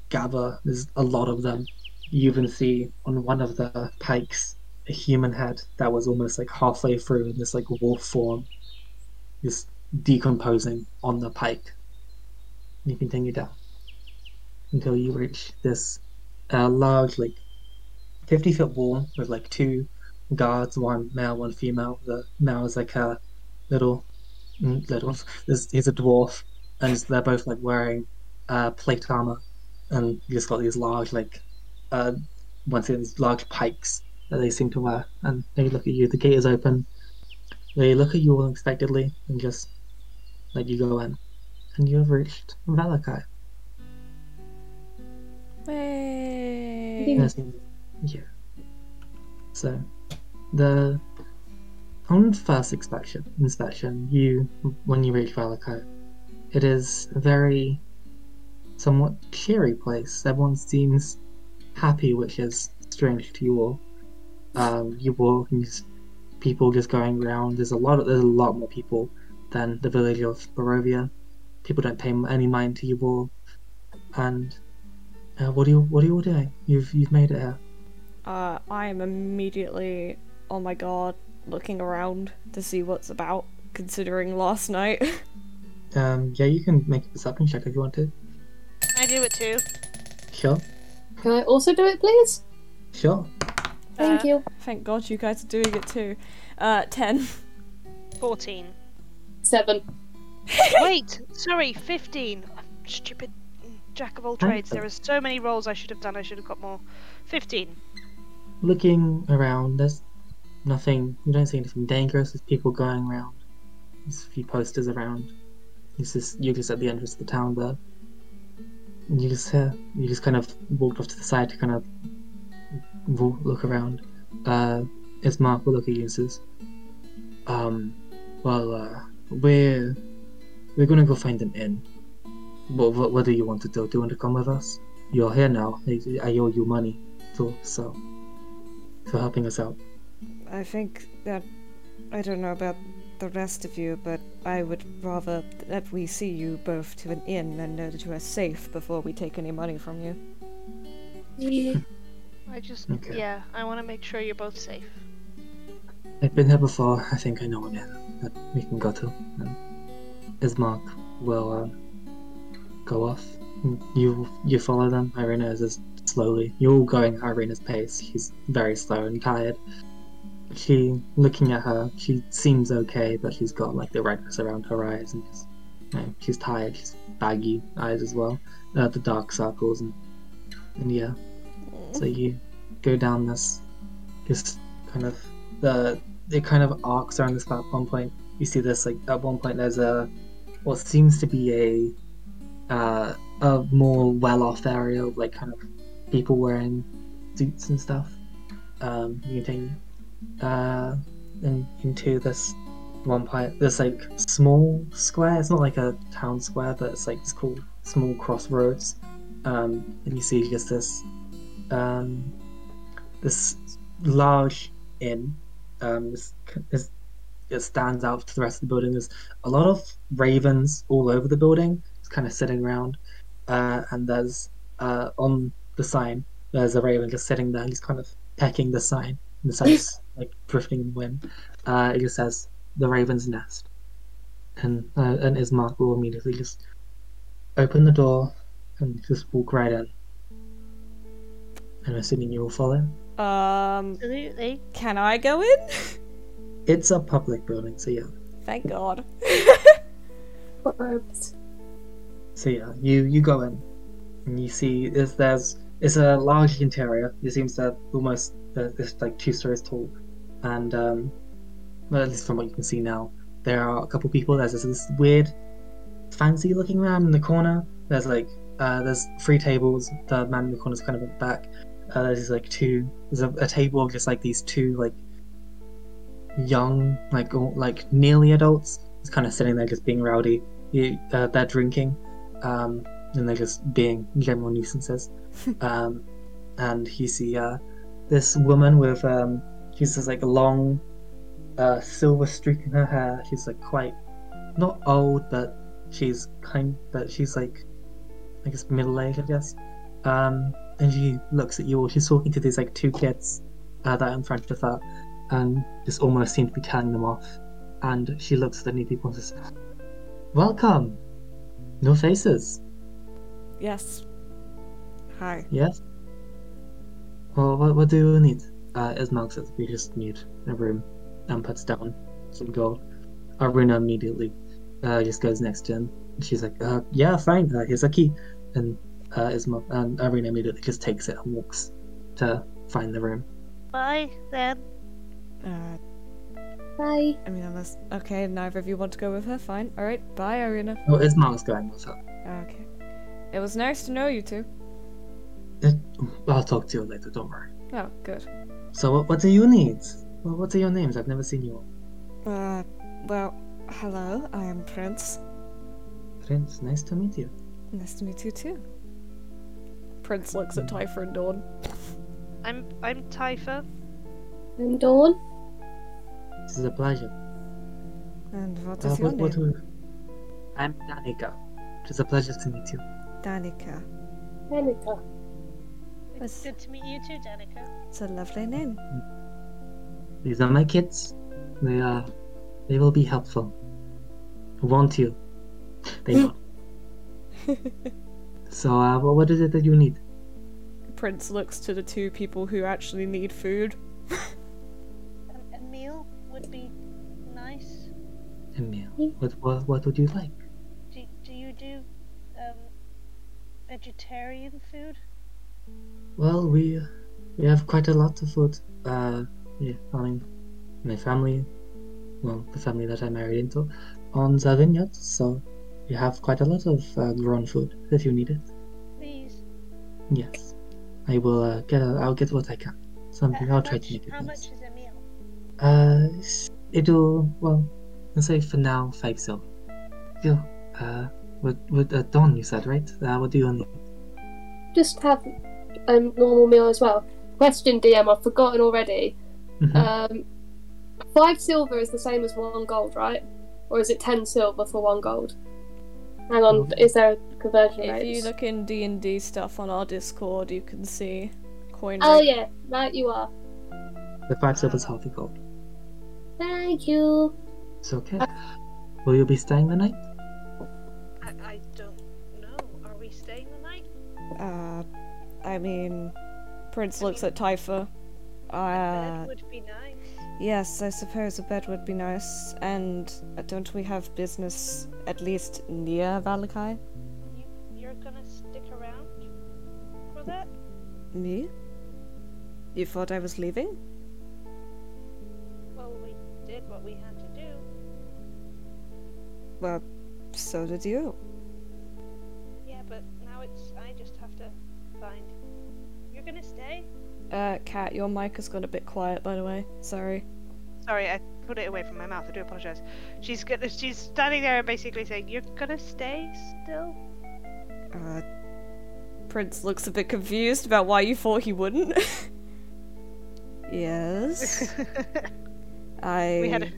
gather. There's a lot of them. You even see on one of the pikes a human head that was almost like halfway through in this like wolf form, just decomposing on the pike. And you continue down until you reach this uh, large, like 50 foot wall with like two guards, one male, one female. The male is like a little, mm, little, he's he's a dwarf, and they're both like wearing uh, plate armor and you just got these large like uh once again these large pikes that they seem to wear and they look at you the gate is open they look at you unexpectedly and just let you go in and you have reached Valakai Way. Yes, yeah so the on first inspection inspection you when you reach Valakai it is a very somewhat cheery place. Everyone seems happy, which is strange to you all. Um, you walk and there's people just going around. There's a lot of there's a lot more people than the village of Barovia. People don't pay any mind to you all. And uh, what are you what are you all doing? You've you've made it here. Uh, I am immediately, oh my god, looking around to see what's about, considering last night. Um, yeah, you can make a perception check if you want to. Can I do it too? Sure, Can I also do it, please? sure. Thank you. Thank god you guys are doing it too. Uh, ten. Fourteen. Seven. Wait, sorry, fifteen. I stupid jack of all trades. There are so many rolls I should have done. I should have got more. Fifteen. Looking around, there's nothing. You don't see anything dangerous. There's people going around. There's a few posters around. It's just you're just at the entrance of the town, but you just uh, you just kind of walked off to the side to kind of walk, look around. Uh, as Mark will look at you and says, um, "Well, uh, we're we're gonna go find an inn. What, what what do you want to do? Do you want to come with us? You're here now. I, I owe you money, too, so for helping us out. I think that I don't know about the rest of you, but I would rather that we see you both to an inn and know that you are safe before we take any money from you. I just Okay. yeah. I want to make sure you're both safe. I've been here before. I think I know an inn that we can go to." And as Mark will um, go off, you you follow them. Irina is just slowly. You're all going at Irina's pace. She's very slow and tired. She, looking at her, she seems okay, but she's got like the redness around her eyes, and just, you know, she's tired. She's baggy eyes as well, uh, the dark circles, and and yeah. So you go down this, this kind of the it kind of arcs around this at one point. You see this like at one point there's a what seems to be a uh, a more well-off area of like kind of people wearing suits and stuff. Um, you continue uh, and into this one part. This like small square. It's not like a town square, but it's like it's called small crossroads. Um, and you see just this um, this large inn. Um, it's, it's, it stands out to the rest of the building. There's a lot of ravens all over the building, just kind of sitting around. Uh, and there's uh, on the sign, there's a raven just sitting there, he's kind of pecking the sign. And the sign's like drifting in the wind. Uh, it just says the Raven's Nest. And uh, and Ismark will immediately just open the door and just walk right in. I'm assuming you will follow. Um, Absolutely. can I go in? It's a public building, so yeah. Thank God. What robes? So yeah, you you go in, and you see is there's it's a large interior. It seems that almost uh, it's like two stories tall, and um, well, at least from what you can see now, there are a couple people. There's this, this weird, fancy looking man in the corner. There's like uh, there's three tables. The man in the corner's kind of at the back. Uh, there's like two. There's a, a table of just like these two like young like all, like nearly adults. It's kind of sitting there just being rowdy. You, uh, they're drinking um, and they're just being general nuisances. um, and you see uh, this woman with um, she's just like a long uh, silver streak in her hair. She's like quite not old, but she's kind, but she's like I guess middle aged, I guess. Um, and she looks at you all. She's talking to these like two kids uh, that are in front of her, and just almost seems to be telling them off. And she looks at the new people and says, "Welcome, no faces." Yes. Hi. Yes. Well, what, what do you need? Uh, as Mark says, we just need a room and puts down some gold. Aruna immediately uh, just goes next to him. She's like, uh, yeah, fine, uh, here's a key. And uh, Isma- and Aruna immediately just takes it and walks to find the room. Bye then. Uh, Bye. I mean, unless. Okay, neither of you want to go with her? Fine. Alright, bye, Irina. Oh, Ismark's going with her. Okay. It was nice to know you two. Uh, I'll talk to you later, don't worry. Oh, good. So, what, what do you need? Well, what are your names? I've never seen you all. Uh, well, hello, I am Prince. Prince, nice to meet you. Nice to meet you too. Prince looks at Typhon and Dawn. I'm I'm Typha. I'm Dawn. This is a pleasure. And what Uh, is your what- what name? do- I'm Danica. It is a pleasure to meet you. Danica. Danica. It's good to meet you too, Danica. It's a lovely name. These are my kids. They are. They will be helpful. I want you. They will. so, uh, wha- what is it that you need? Prince looks to the two people who actually need food. A, a meal would be nice. A meal. What, what, what would you like? Do, do you do um, vegetarian food? Well, we we have quite a lot of food. Uh, yeah, I mean, my family, well, the family that I married into, owns a vineyard, so we have quite a lot of uh, grown food if you need it. Please. Yes, I will uh, get. i I'll get what I can. Uh, Something. how I'll try much- to make it How much nice. is a meal? Uh, s- it'll well. Let's say for now five silver. Still, uh, with with uh, Dawn, you said right? Uh, what do you need? Just have a normal meal as well. Question DM, I've forgotten already. Mhm. Um, five silver is the same as one gold, right? Or is it ten silver for one gold? Hang on, is there a conversion If rate? you look in D and D stuff on our Discord, you can see coin. oh rate. yeah, right you are. Uh, the five silver's half a gold. Thank you. It's okay. uh, Will you be staying the night? I, I don't know. Are we staying the night? Uh, I mean, Prince I looks at Typha. Uh, Bed would be nice. yes, I suppose a bed would be nice. And uh, don't we have business at least near Valakai? You, you're gonna stick around for that? Me? You thought I was leaving? Well, we did what we had to do. Well, so did you. Yeah, but now it's. I just have to find. You're gonna stay? Uh, Kat, your mic has got a bit quiet, by the way. Sorry. Sorry, I put it away from my mouth. I do apologize. She's gonna. She's standing there and basically saying, "You're gonna stay still." Uh, Prince looks a bit confused about why you thought he wouldn't. yes. I. we had. A,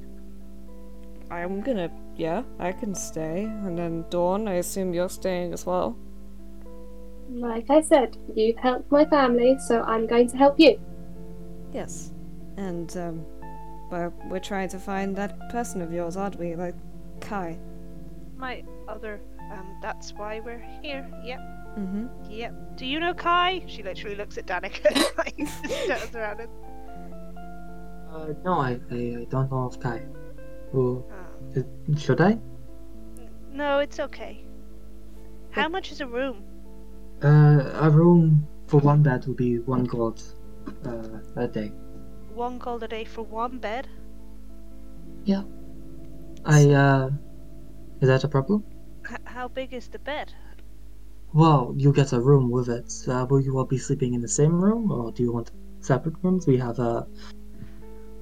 I'm gonna. Yeah, I can stay. And then Dawn, I assume you're staying as well. Like I said, you've helped my family, so I'm going to help you. Yes. And, um, we're, we're trying to find that person of yours, aren't we? Like, Kai. my other. Um. That's why we're here. Yep. Mm-hmm. Yep. Do you know Kai? She literally looks at Danica. and, like, just turns around and. Uh, no, I, I, I don't know of Kai. Who Oh. should I? No, it's okay. How much is a room? Uh, a room for one bed will be one gold uh, a day. One gold a day for one bed. I uh, is that a problem? H- how big is the bed? Well, you get a room with it. Uh, will you all be sleeping in the same room, or do you want separate rooms? We have a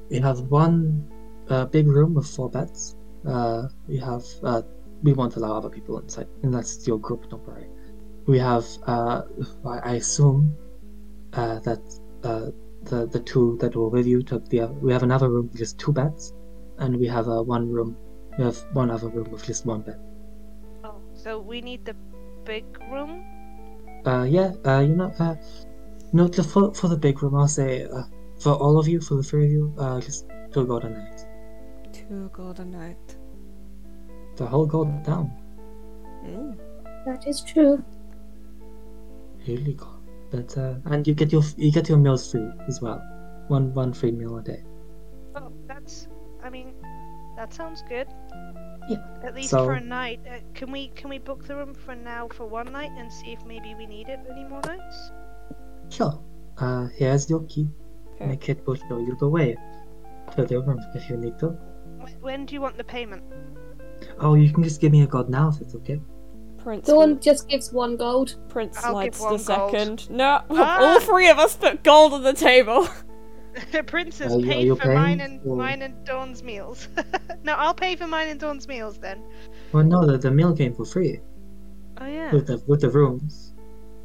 we have one uh, big room with four beds. Uh, we have uh, we won't allow other people inside, and that's your group. Don't worry. We have uh, I I assume uh, that uh, the the two that were with you took the. oth- We have another room with just two beds, and we have uh, one room. We have one other room with just one bed. Oh, so we need the big room? Uh, yeah, uh, you know, uh, no, the, for, for the big room, I'll say, uh, for all of you, for the three of you, uh, just two gold a night. Two gold a night. The whole gold down. Mm. That is true. Really gold. But, uh, and you get your, you get your meals free as well. One, one free meal a day. Oh, that's. I mean, that sounds good. Yeah, At least so- for a night. Uh, can we can we book the room for now for one night and see if maybe we need it any more nights? Sure. Uh, here's your key. Okay. My kid will show you the way to the room if you need to. Wh- When do you want the payment? Oh, you can just give me a gold now if it's okay. Prince. Dawn just gives one gold. Prince I'll lights give the one gold. second. No, Ah! all three of us put gold on the table. Prince Are has you- are paid you for mine paying, and or- mine and Dawn's meals. no, I'll pay for mine and Dawn's meals then. Well, no, the, the meal came for free Oh yeah. with the, with the rooms.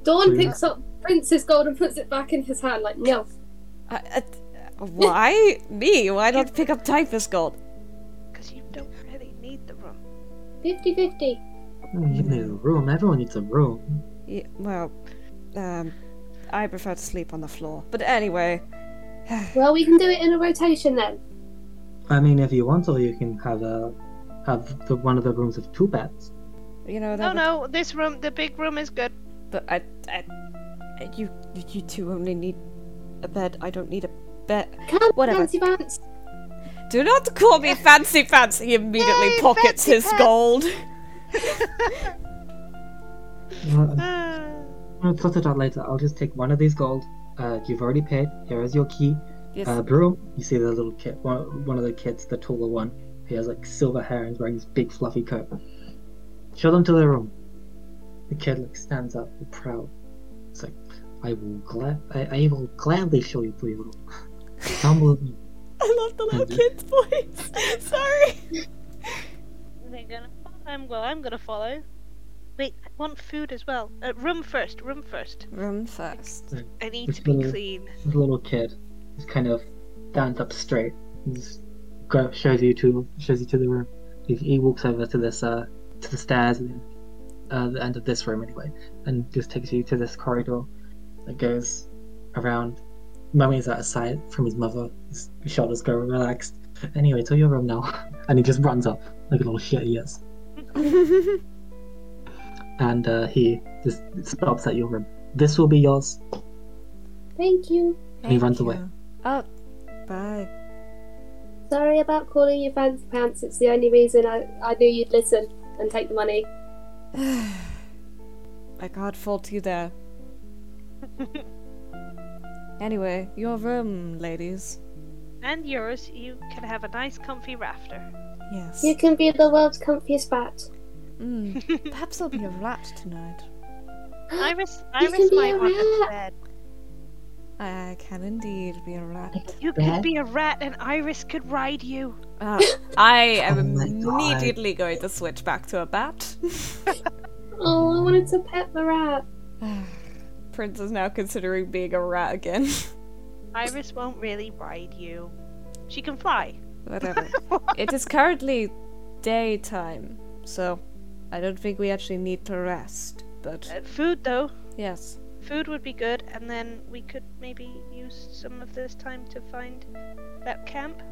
Dawn Please. picks up Prince's gold and puts it back in his hand, like, no. I, I, why? Me? Why not pick up Typhus gold? Because you don't really need the room. 50 50. Hmm. You need a room. Everyone needs a room. Yeah, well, um, I prefer to sleep on the floor. But anyway, Well, we can do it in a rotation then. I mean, if you want to, you can have a have the one of the rooms with two beds. you know that. No, no, this room, the big room is good. would- But I, I, I- you, you two only need a bed. I don't need a bed. Come, Whatever. fancy pants. Do not call me fancy fancy. He immediately Yay, pockets fancy his pants. gold. Uh, Ah. We'll sort it out later. I'll just take one of these gold. Uh, you've already paid. Here is your key. Yes. Uh, Brule, you see the little kid, one, one of the kids, the taller one. He has like silver hair and is wearing this big fluffy coat. Show them to their room. The kid like stands up, all proud. It's like, I will glad, I, I will gladly show you to your room. Come with me. I love the little Mhm. kid's voice. Sorry. They're gonna follow. I'm, well, I'm gonna follow. Wait, I want food as well. Uh, room first, room first. Room first. I need It's to be gonna- clean. The little kid just kind of stands up straight. And just go, shows you to shows you to the room. He, he walks over to this uh to the stairs and uh, the end of this room anyway, and just takes you to this corridor that goes around. Mummy's at his side from his mother. His shoulders go relaxed. Anyway, to your room now, and he just runs up like a little shit he is, and uh, he just stops at your room. This will be yours. Thank you. And he runs away. Oh, bye. Sorry about calling you fancy pants. It's the only reason I, I knew you'd listen and take the money. I can't fault you there. anyway, your room, ladies. And yours, you can have a nice comfy rafter. Yes. You can be the world's comfiest rat. Mm. Perhaps I'll be a rat tonight. Iris, You Iris can be might a want a rat. bed. I can indeed be a rat. You could be a rat and Iris could ride you. Uh, I am Oh my God. immediately going to switch back to a bat. Oh, I wanted to pet the rat. Prince is now considering being a rat again. Iris won't really ride you. She can fly. Whatever. it is currently daytime, so I don't think we actually need to rest. But Uh, food though, yes, food would be good, and then we could maybe use some of this time to find that camp.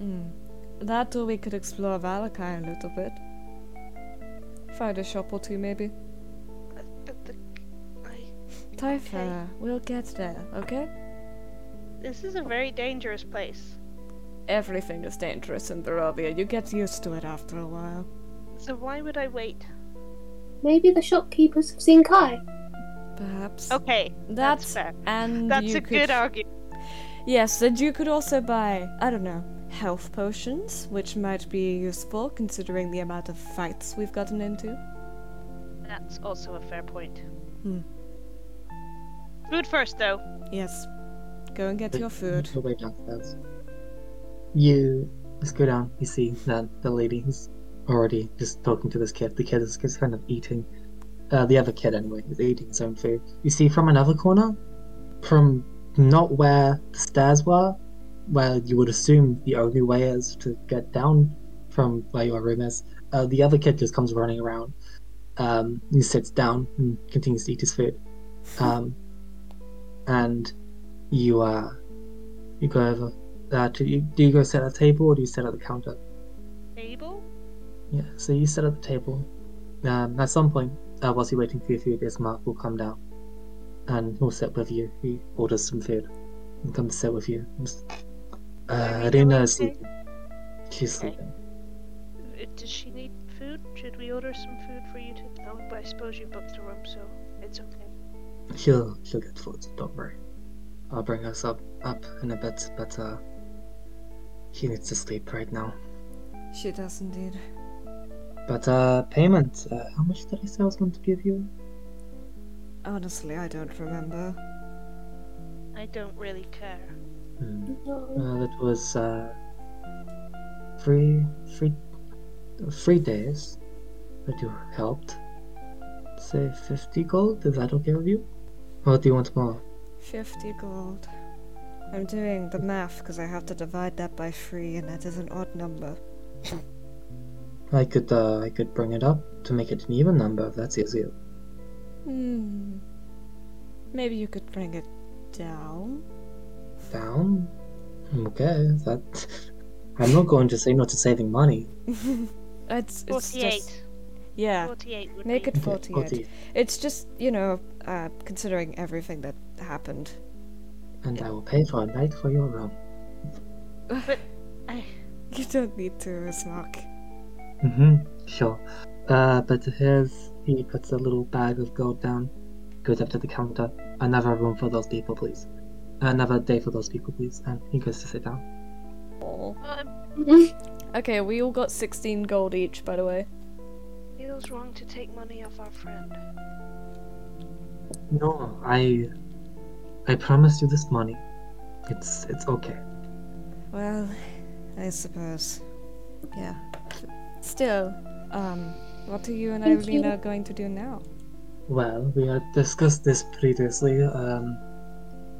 mm. that or we could explore Valakai a little bit. Find a shop or two, maybe. Uh, but the- I- Typha, we'll get there, okay? This is a very dangerous place. Everything is dangerous in Barovia. You get used to it after a while. So why would I wait? Maybe the shopkeepers have seen Kai. Perhaps. Okay, That's, fair. and that's you a could good argument. Yes, and you could also buy, I don't know, health potions, which might be useful considering the amount of fights we've gotten into. That's also a fair point. Hmm. Food first though. Yes. Go and get But your food. Your way downstairs. You just go down. You see that the lady's already just talking to this kid. The kid is just kind of eating. Uh, the other kid, anyway, is eating his own food. You see from another corner, from not where the stairs were, where you would assume the only way is to get down from where your room is, uh, the other kid just comes running around. Um, he sits down and continues to eat his food. Um, and you uh, you go over. Uh, to, you, do you go sit at the table or do you sit at the counter? Table? Yeah, so you sit at the table. Um, at some point, uh, whilst you're waiting for your food, Ismark will come down and he'll sit with you. He orders some food and comes sit with you. Uh, Irina Irina is okay? sleeping. She's Okay. sleeping. Uh, Does she need food? Should we order some food for you to? Oh, but I suppose you booked a room, so it's okay. She'll she'll get food. Don't worry. I'll bring us up up in a bit, but uh, she needs to sleep right now. She does indeed. But uh, payment. Uh, how much did I say I was going to give you? Honestly, I don't remember. I don't really care. Hmm. Oh, Uh, that was uh, three, three, three days that you helped. Say 50 gold, is that okay with you? Or do you want more? 50 gold. I'm doing the math because I have to divide that by three, and that is an odd number. I could uh, I could bring it up to make it an even number if that's easier. Hmm. Maybe you could bring it down? Down? Hmm, Okay, that. I'm not going to say no to saving money. It's, it's Forty-eight. just. Yeah. Forty-eight would Make be. it Okay, 48. 48. It's just, you know, uh, considering everything that happened. And I will pay for a night for your um, room. You don't need to, Ismark. Mm-hmm. Sure. Uh, but here's he puts a little bag of gold down. goes up to the counter. Another room for those people, please. Another day for those people, please. And he goes to sit down. Aw. Um, Okay, we all got 16 gold each, by the way. feels wrong to take money off our friend. No, I, I promised you this money. It's it's okay. Well, I suppose. Yeah. Still, um, what are you and Thank you. Irina going to do now? Well, we had discussed this previously. Um,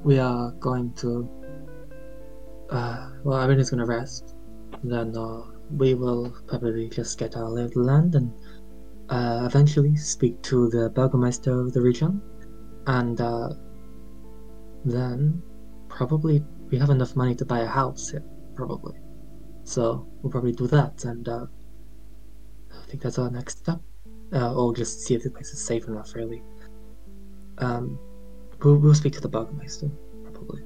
we are going to. Uh, well, everyone is going to rest. Then uh, we will probably just get our little land and uh, eventually speak to the Burgermeister of the region. And uh, then probably we have enough money to buy a house here, probably. So we'll probably do that. And uh, I think that's our next step uh, or just see if the place is safe enough, really. Um, we'll, we'll speak to the Burgermeister, probably.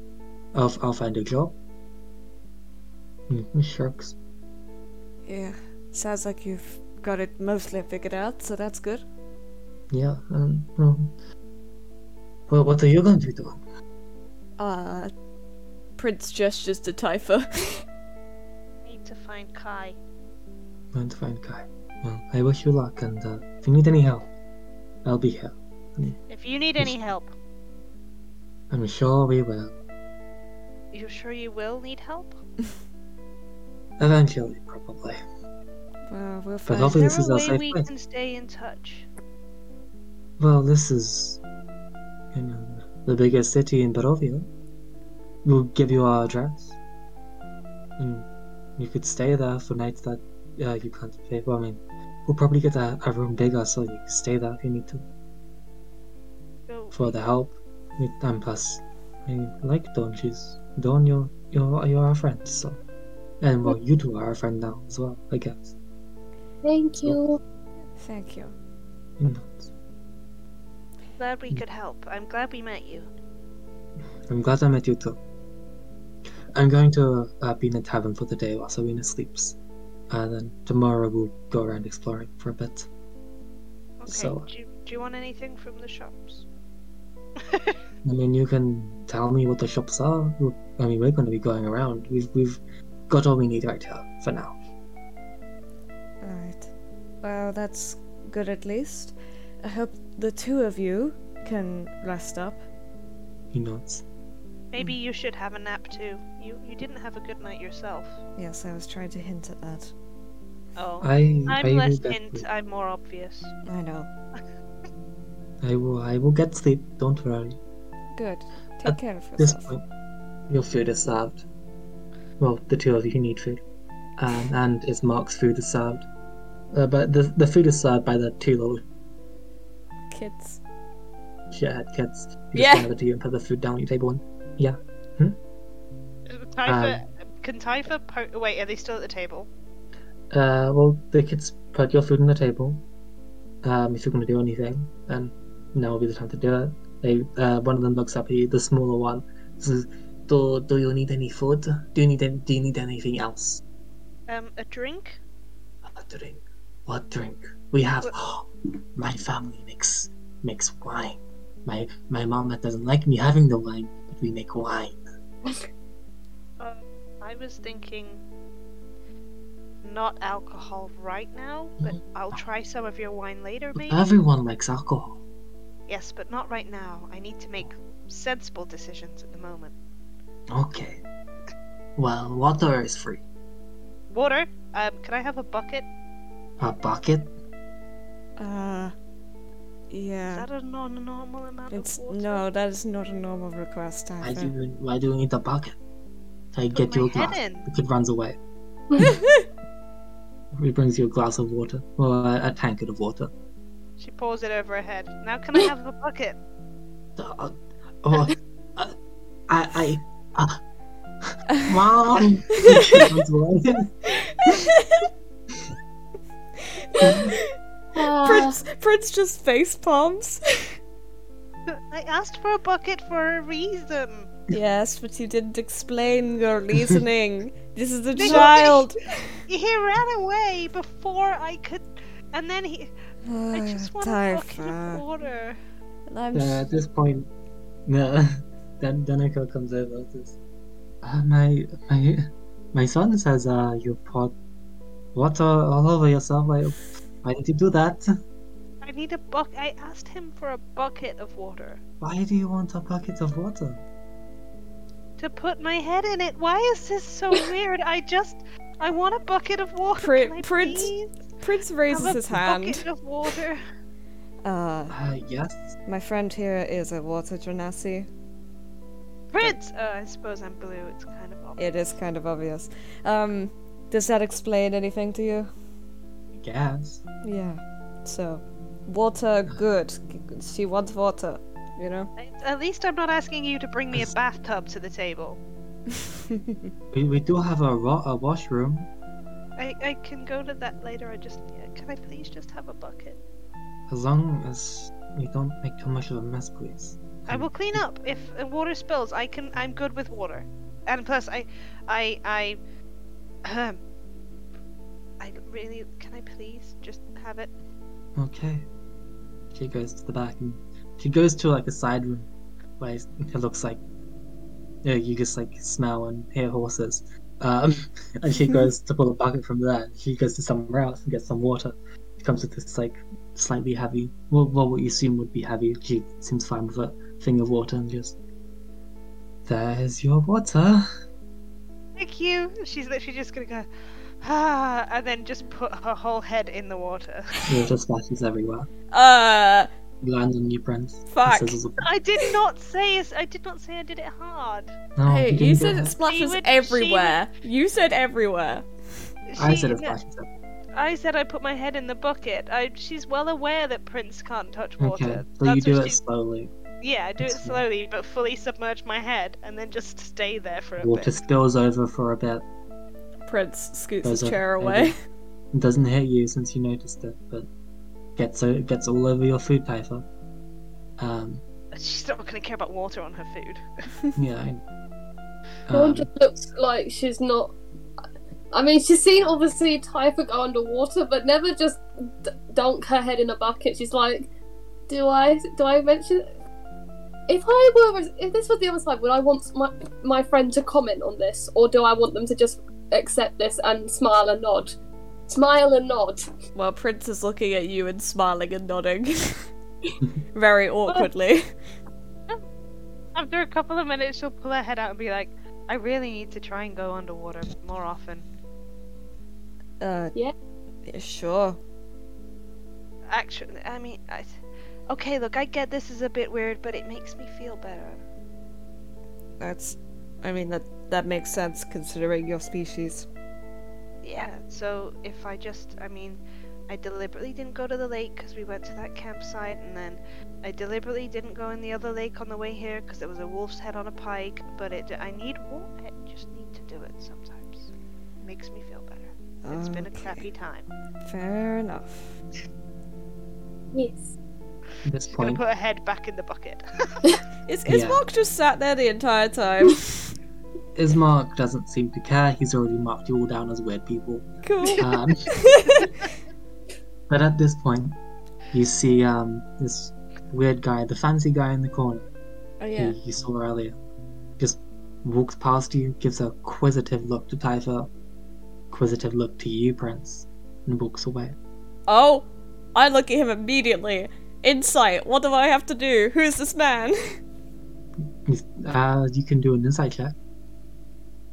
I'll, I'll find a job. Mm, shucks. Yeah, sounds like you've got it mostly figured out, so that's good. Yeah, um, well, well, what are you going to do? Uh, Prince gestures to Typha. Need to find Kai. I'm going to find Kai. Well, I wish you luck, and uh, if you need any help, I'll be here. If you need any help, I'm sure we will. you're sure you will need help? Eventually, probably. Well, we'll But find Is hopefully, there this is a our way safe we place. can stay in touch? Well, this is, you know, the biggest city in Barovia. We'll give you our address, and you could stay there for nights that uh, you can't pay for. I mean, we'll probably get a, a room bigger so you can stay there if you need to So for the help. We- And plus, I like Dawn. She's Dawn. You're you're you're our friend, so. And well, you two are our friend now as well, I guess. Thank you. Thank you. You know, glad Mm. we could help. I'm glad we met you. I'm glad I met you too. I'm going to uh, be in a tavern for the day while Serena sleeps. And then tomorrow we'll go around exploring for a bit. Okay. So- do, you, do you want anything from the shops? I mean, you can tell me what the shops are. We'll, I mean, we're going to be going around. We've we've got all we need right here for now. Alright. Well, that's good at least. I hope the two of you can rest up. You know, it's Maybe Mm. you should have a nap too. You you didn't have a good night yourself. Yes, I was trying to hint at that. Oh. I I Um, I'm will less get hint, sleep. I'm more obvious. I know. I will I will get sleep. Don't worry. Good. Take At care of At this yourself. point, your food is served. Well, the two of you who need food, um, and is Mark's food is served. Uh, but the the food is served by the two little Kids. shithead kids. You Yeah. Just hand it to you and put the food down on your table. And Uh, Typha, Um, can Typha po- wait? Are they still at the table? uh, well, the kids put your food on the table. Um, if you're going to do anything, then now will be the time to do it. They, uh, one of them looks up at you, the smaller one. Says, "Do do you need any food? Do you need any, do you need anything else? Um, a drink? A drink? What drink? We have. my family makes makes wine. My my mom doesn't like me having the wine, but we make wine. Uh, I was thinking not alcohol right now, but Mm-hmm. I'll try some of your wine later, maybe. Everyone likes alcohol. Yes, but not right now. I need to make sensible decisions at the moment. Okay. Well, water is free. Water. Um, can I have a bucket? A bucket? Uh, Is yeah. that a non-normal amount It's of water? no, that is not a normal request, Why Typha. do you why do you need a bucket? I Put get you my a glass. head in. The kid runs away. he brings you a glass of water, or a, a tankard of water. She pours it over her head. Now can I have a bucket? Uh, oh, uh, I I. Uh, Mom! The kid runs away. Ah, Prince, Prince just face palms. I asked for a bucket for a reason. yes, but you didn't explain your reasoning. this is a They- child. He ran away Oh, before I could, and then he. I just want a bucket of Typha, water. I'm Uh, s- at this point, no, Dan- Daniko comes over. and Says, uh, my my my son says uh, you poured water all over yourself. Why why did you do that? I need a buck. I asked him for a bucket of water Why do you want a bucket of water? to put my head in it. Why is this so weird? I just, I want a bucket of water. Pri- Can I Prince please Prince have raises a his hand. Bucket of water. uh, Uh, yes. my friend here is a water genasi. Prince. Oh, I suppose I'm blue. It's kind of obvious. It is kind of obvious. Um, does that explain anything to you? Yes. Yeah. So, water, good. She wants water, you know? I- At least I'm not asking you to bring me a bathtub to the table. We, we do have a, ro- a washroom. I, I can go to that later. I just yeah, can I please just have a bucket? As long as we don't make too much of a mess, please. I will clean up if uh, water spills. I can. I'm good with water, and plus I, I I, ahem. I really can I please just have it? Okay. She goes to the back and she goes to like a side room where it looks like you, know, you just like smell and hear horses. Um, and she goes to pull a bucket from there. She goes to somewhere else and gets some water. She comes with this like slightly heavy, well, well what you assume would be heavy. She seems fine with a thing of water and just there's your water. Thank you. She's literally just gonna go, ah, and then just put her whole head in the water. Water splashes everywhere. Uh, Lands on you, Prince. and Fuck. sizzles up. I did not say. it's- I did not say I did it hard. No, hey, Oh, didn't do you said it that. splashes would- she everywhere. You said everywhere. I She- said it no, splashes everywhere. I said I put my head in the bucket. I, she's well aware that Prince can't touch water. Okay, so you That's do what it she- slowly. Yeah, I do it That's fine. slowly, but fully submerge my head and then just stay there for a Water bit. spills over for a bit. Prince scoots Goes his up chair over. away. It doesn't hit you since you noticed it, but gets o- gets all over your food paper. Um, She's not going to care about water on her food. yeah. I- Dawn Um, just looks like she's not. I mean, she's seen obviously Typha go underwater, but never just d- dunk her head in a bucket. She's like, do I do I mention? If I were if this was the other side, would I want my my friend to comment on this, or do I want them to just accept this and smile and nod? Smile and nod. Well, Prince is looking at you and smiling and nodding. Very awkwardly. After a couple of minutes, she'll pull her head out and be like, I really need to try and go underwater more often. Uh, Yeah. yeah, Sure. Actually, I mean, I... okay, look, I get this is a bit weird, but it makes me feel better. That's. I mean, that, that makes sense considering your species. Yeah, so if I just, I mean, I deliberately didn't go to the lake because we went to that campsite, and then I deliberately didn't go in the other lake on the way here because there was a wolf's head on a pike. But it, I need water. I just need to do it sometimes. Makes me feel better. It's been a Okay, crappy time. Fair enough. Yes. at this She's gonna point, put her head back in the bucket. Is, is Yeah. Mark just sat there the entire time? Ismark doesn't seem to care. He's already marked you all down as weird people. cool. Um, but at this point, you see um, this weird guy, the fancy guy in the corner. Oh, who you saw earlier. Just walks past you, gives a quizzitive look to Typha, quizzitive look to you, Prince, and walks away. Oh, I look at him immediately. Insight. What do I have to do? Who's this man? He's- Uh, you can do an insight check.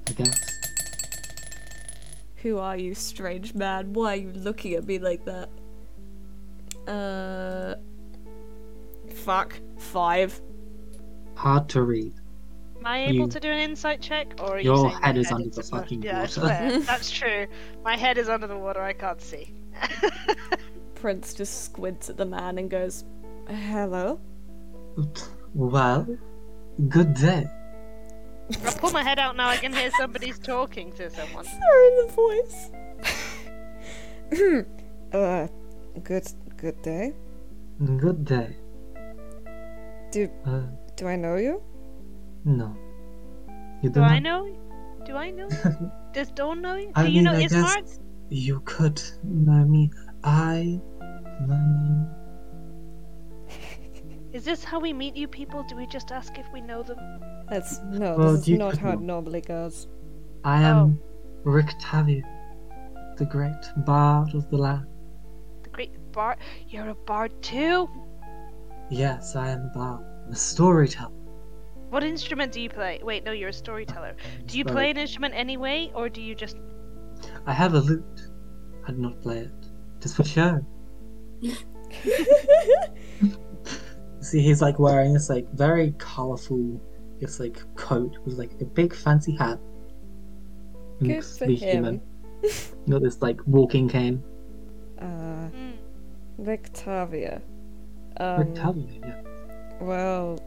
I guess. Who are you, strange man? Why are you looking at me like that? Uh. Fuck. Five. Hard to read. Am I able You- to do an insight check, or are you Your saying my head is under the in fucking yeah, it's water. fair. That's true. My head is under the water. I can't see. Prince just squints at the man and goes, Hello? Well, good day. I pull my head out now. I can hear somebody's talking to someone. Sorry, the voice. Uh, good good day. Good day. Do- Uh, Do I know you? no. You Do I not- know? you? Do I know? you? Does Dawn know you? Do I you mean, know I guess- Ismark? You could know me. I. My name. Is this how we meet new people? Do we just ask if we know them? That's no, Well, this you is not could how it not. normally goes. I am Oh. Rictavian, the great bard of the land. The great bard. You're a bard too? Yes, I am a bard, a storyteller. What instrument do you play? Wait, no, you're a storyteller. Do you Sorry. play an instrument anyway, or do you just. I have a lute. I do not play it. Just for show. See, he's like wearing this like very colorful, this like coat with like a big fancy hat. Good Looks for the him. human. Not this like walking cane. Uh, Mm. Victavia. Um, Um, well,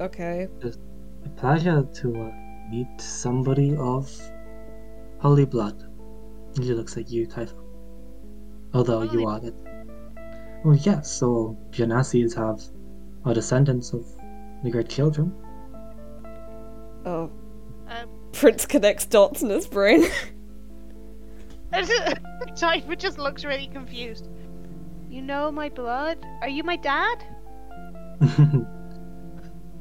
okay. a pleasure to uh, meet somebody of holy blood. He looks like you, Typhon. Although Holy- you are that. Well, yes, so Janassis have are descendants of the great children. Oh, Um, Prince connects dots in his brain. Typha just looks really confused. You know "Oh, Oh my blood? Are you my dad?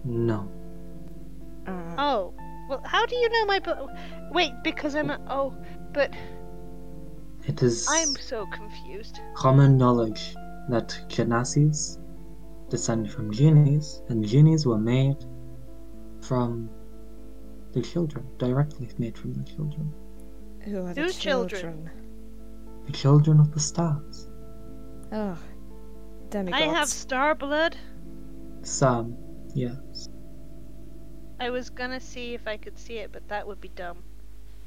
no. uh, Oh, well, how do you know my blood? Wait, because I'm a. Oh, but It is I'm so confused. common knowledge that Janassis descend from genies, and genies were made from the children, directly made from the children. who are the Two children? children. The children of the stars. I Oh, demigods. have star blood. Some, yes. I was gonna see if I could see it, but that would be dumb.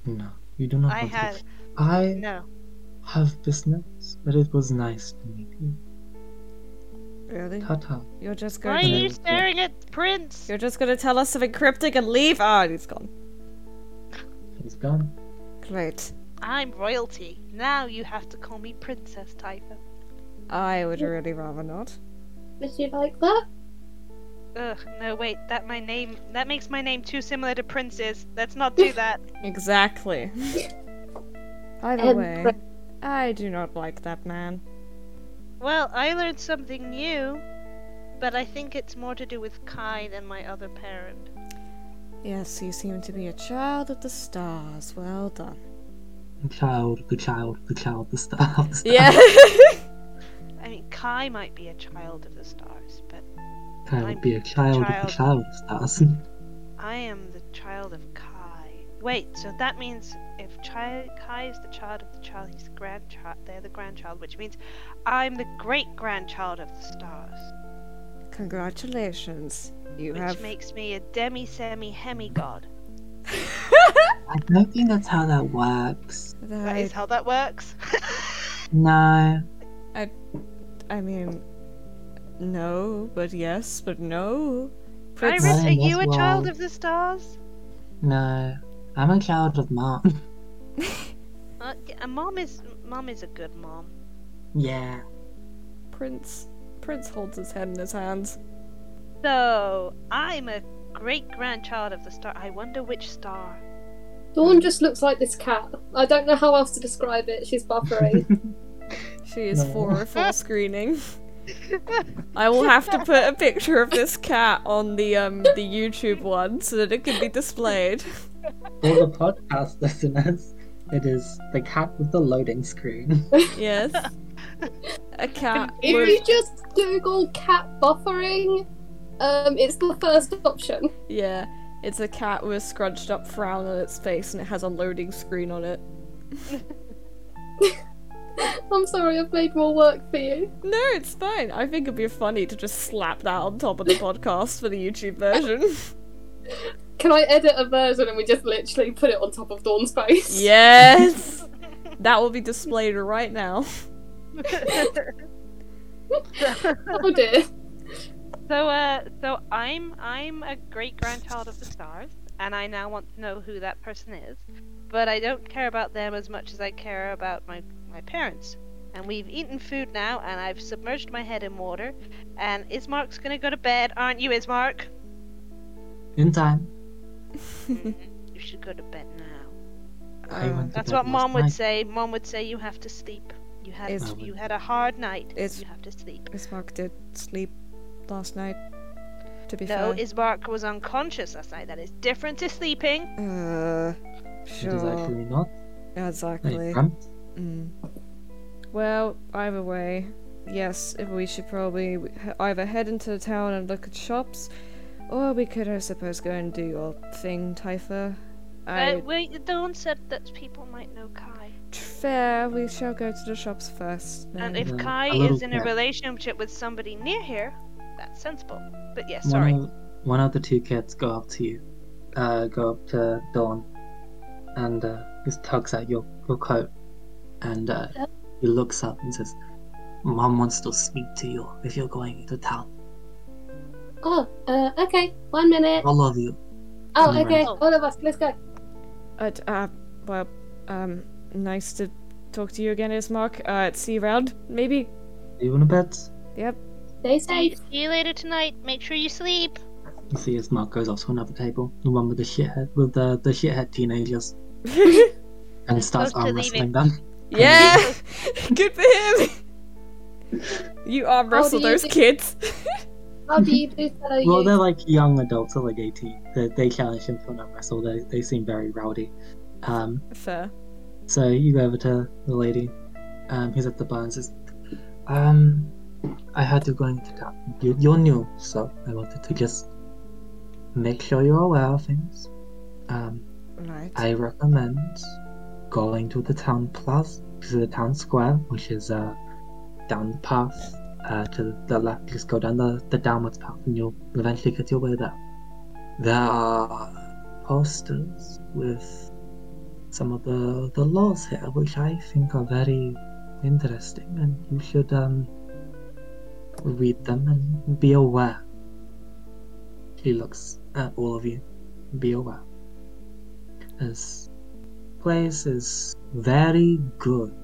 No, you do not. I want to- had. I No. have business, but it was nice to meet you. Really? Tata. You're just Why are going Right. to... you Yeah. staring at Prince? You're just going to tell us something cryptic and leave? Ah, and he's gone. He's gone. Great. I'm royalty. Now you have to call me Princess Typhon. I would really rather not. Did you like that? Ugh, no, wait, that my name. That makes my name too similar to Prince's. Let's not do that. Exactly. By the Um, way, but- I do not like that man. well, I learned something new, but I think it's more to do with Kai than my other parent. Yes, you seem to be a child of the stars. Well done. The child, the child, the child, the star. The star. I mean, Kai might be a child of the stars, but Kyle I'm would be a child, of the child of stars. I am the child of Kai. Wait, so that means if chi- Kai is the child of the child, he's the grandchild. They're the grandchild, which means I'm the great grandchild of the stars, Congratulations. You which have. makes me a demi semi hemi god. I don't think that's how that works. That is That, how that works. No. I mean, no, but yes, but no. Iris, Prince, are Ryan, you a that's child wrong. of the stars? No. I'm a child of mom. Uh, yeah, and mom is mom is a good mom. yeah. Prince Prince holds his head in his hands. So I'm a great grandchild of the star. I wonder which star. Dawn just looks like this cat. I don't know how else to describe it. She's buffering. She is No. for a full screening. I will have to put a picture of this cat on the um the YouTube one so that it can be displayed. For the podcast listeners, it is the cat with the loading screen. Yes. A cat If with you just Google cat buffering, um, it's the first option. yeah. It's a cat with a scrunched up frown on its face and it has a loading screen on it. I'm sorry, I've made more work for you. No, it's fine. I think it'd be funny to just slap that on top of the podcast for the YouTube version. Can I edit a version and we just literally put it on top of Dawn's face? Yes! that will be displayed right now. Oh dear. So uh, so I'm I'm a great grandchild of the stars, and I now want to know who that person is. But I don't care about them as much as I care about my my parents. And we've eaten food now, and I've submerged my head in water. And Ismark's gonna go to bed, aren't you, Ismark? In time. Mhm. you should go to bed now. uh, I went Uh, to That's bed what last mom would night. say. Mom would say you have to sleep. You had It's- you had a hard night. it's- You have to sleep. Ismark did sleep last night. To be No, fair. Ismark was unconscious last night. That is different to sleeping. Uh, It is sure. actually not. Exactly. I dreamt. Mm. Well, either way, yes, if we should probably w- he- either head into the town and look at shops, or we could, I suppose, go and do your thing, Typha. I Uh, wait, Dawn said that people might know Kai. fair. We shall go to the shops first. And then. if Mm, Kai a little is in a bit. relationship with somebody near here, that's sensible. But yeah, sorry. One of, one of the two kids go up to you, uh, go up to Dawn, and uh, he tugs at your, your coat, and uh, Yeah. he looks up and says, "Mom wants to speak to you if you're going into town. Oh, uh, okay. One minute. All of you." Oh, All okay. right. All of us, let's go. Uh, d- uh, well, um, nice to talk to you again, Ismark. Uh, see you round, maybe. Are you in a bed? Yep. Stay safe. See you later tonight. Make sure you sleep. You see as Mark goes off to another table, the one with the shithead with the, the shithead teenagers. and As starts opposed to leaving. arm wrestling them. Yeah, good for him. you arm How wrestle do you those think- kids. How do you do, fellow Well, they're youth? like young adults, they're like 18. They, they challenge him for an arm wrestle. They, they seem very rowdy. Um, fair. so you go over to the lady um, who's at the bar and says, um, I heard you're going to town. You, you're new, so I wanted to just make sure you're aware of things. Um, Right. I recommend going to the town plaza, to the town square, which is uh, down the path uh, to the left. Just go down the, the downwards path and you'll eventually get your way there. There are posters with some of the, the laws here, which I think are very interesting, and you should um, read them and be aware. He looks at all of you. Be aware. This place is very good.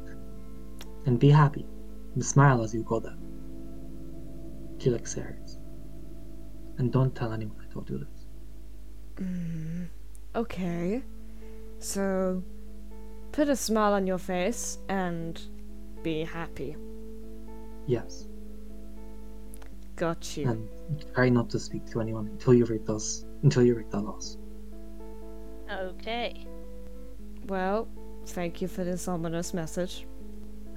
And be happy. And smile as you go there. She looks serious. And don't tell anyone I told you this. Mm, okay. So, put a smile on your face and be happy. Yes. Got you. And try not to speak to anyone until you read those until you read the laws. Okay. Well, thank you for this ominous message.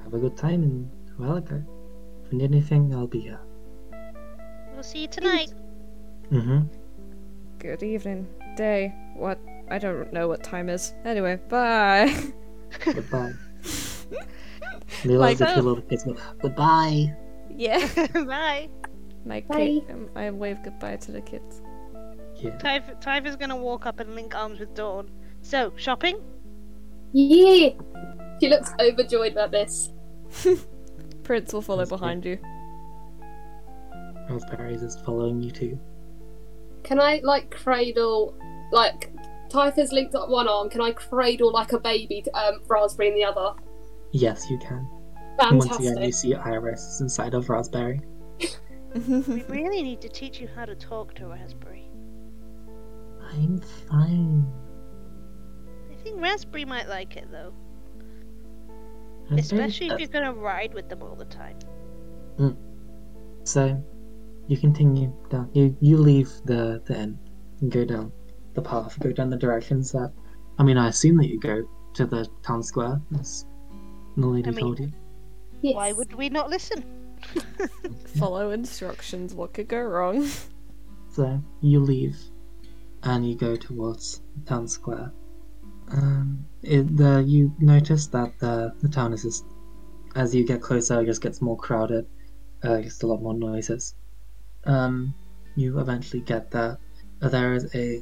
Have a good time and well okay. If you need anything, I'll be here. We'll see you tonight. Mm-hmm. Good evening. Day. What? I don't know what time is. Anyway, bye. Goodbye. Realize Like- a few little kids go, Goodbye. yeah. Bye. My Bye. kid. Um, I wave goodbye to the kids. Yeah. Tyv Tyv is gonna walk up and link arms with Dawn. So shopping. Yeah. She looks overjoyed about this. Prince will follow That's cute. behind you. Raspberries is following you too. Can I, like, cradle, like, Typhus linked up one arm. Can I cradle, like, a baby, to, um, Raspberry in the other? Yes, you can. And Once again, you Fantastic. see Iris is inside of Raspberry. We really need to teach you how to talk to Raspberry. I'm fine. I think Raspberry might like it though, Raspberry- especially uh, if you're gonna ride with them all the time. so, you continue down. You you leave the the inn and go down the path. Go down the directions that. I mean, I assume that you go to the town square. As the lady I mean- told you. Yes. Why would we not listen? follow instructions. What could go wrong? So you leave, and you go towards the town square. Um, it, the you notice that the the town is just as you get closer, it just gets more crowded. Uh, it gets a lot more noises. Um, you eventually get there. Uh, There is a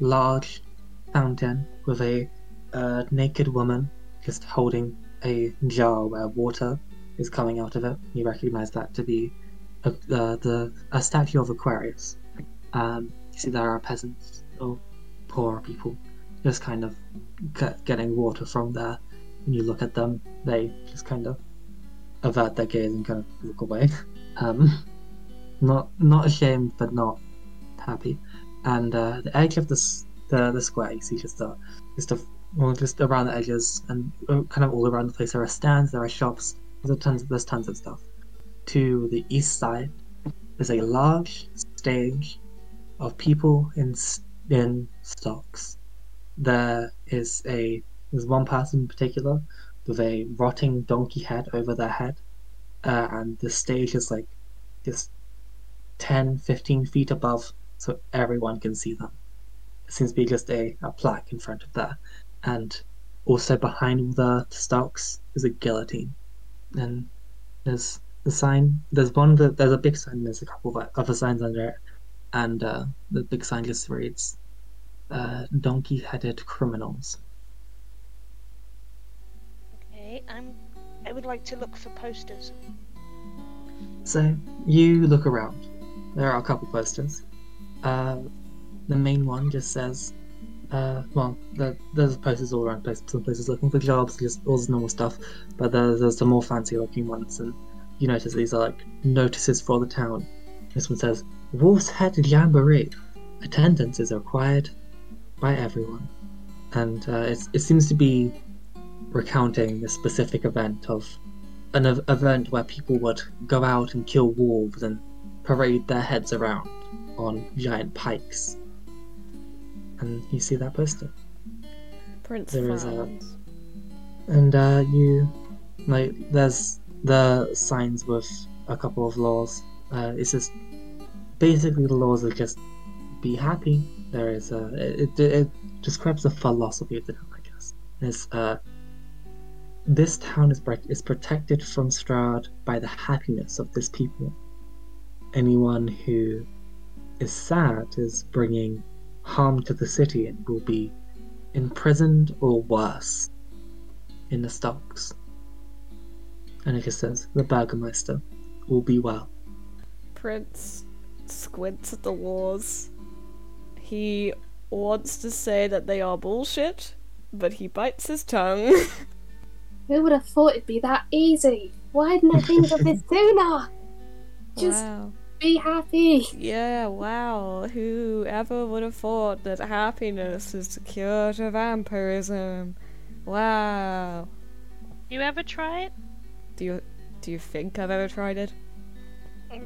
large fountain with a uh, naked woman just holding a jar where water is coming out of it. You recognize that to be a, uh, the a statue of Aquarius. Um, you see, there are peasants or poor people just kind of get, getting water from there. When you look at them, they just kind of avert their gaze and kind of look away. Um, not not ashamed, but not happy. And uh, the edge of this the, the square, you see just a just a well, just around the edges and uh, kind of all around the place. There are stands, there are shops, there's tons, there's tons of stuff. To the east side, There's a large stage of people in s- in stocks. There is a there's one person in particular with a rotting donkey head over their head, uh, and the stage is like just 10, 15 feet above, so everyone can see them. It seems to be just a, a plaque in front of there, and also behind all the stocks is a guillotine, and there's the sign. There's one that there's a big sign. And there's a couple of other signs under it, and uh, the big sign just reads, uh, "Donkey-headed criminals." Okay, I'm. I would like to look for posters. So you look around. There are a couple posters. Uh, the main one just says, uh, well, there, there's posters all around. Places, some places looking for jobs, just all this normal stuff. But there's, there's the more fancy looking ones, and you notice these are like notices for the town. This one says, Wolf's Head Jamboree. Attendance is required by everyone. And uh, it's, it seems to be recounting a specific event of an ev- event where people would go out and kill wolves and parade their heads around on giant pikes. And you see that poster. Prince There is a- frowns. And uh, you, like, there's the signs with a couple of laws. Uh, it's just basically the laws are just be happy. There is a it, it, it describes the philosophy of the town, I guess. It's uh, this town is protect- is protected from Strahd by the happiness of this people. Anyone who is sad is bringing harm to the city and will be imprisoned or worse in the stocks. And it just says, the Burgermeister will be well. Prince squints at the laws. He wants to say that they are bullshit, but he bites his tongue. Who would have thought it'd be that easy? Why didn't I think of this sooner? Just wow. be happy. Yeah, wow. Whoever would have thought that happiness is the cure to vampirism? Wow. You ever try it? Do you do you think I've ever tried it?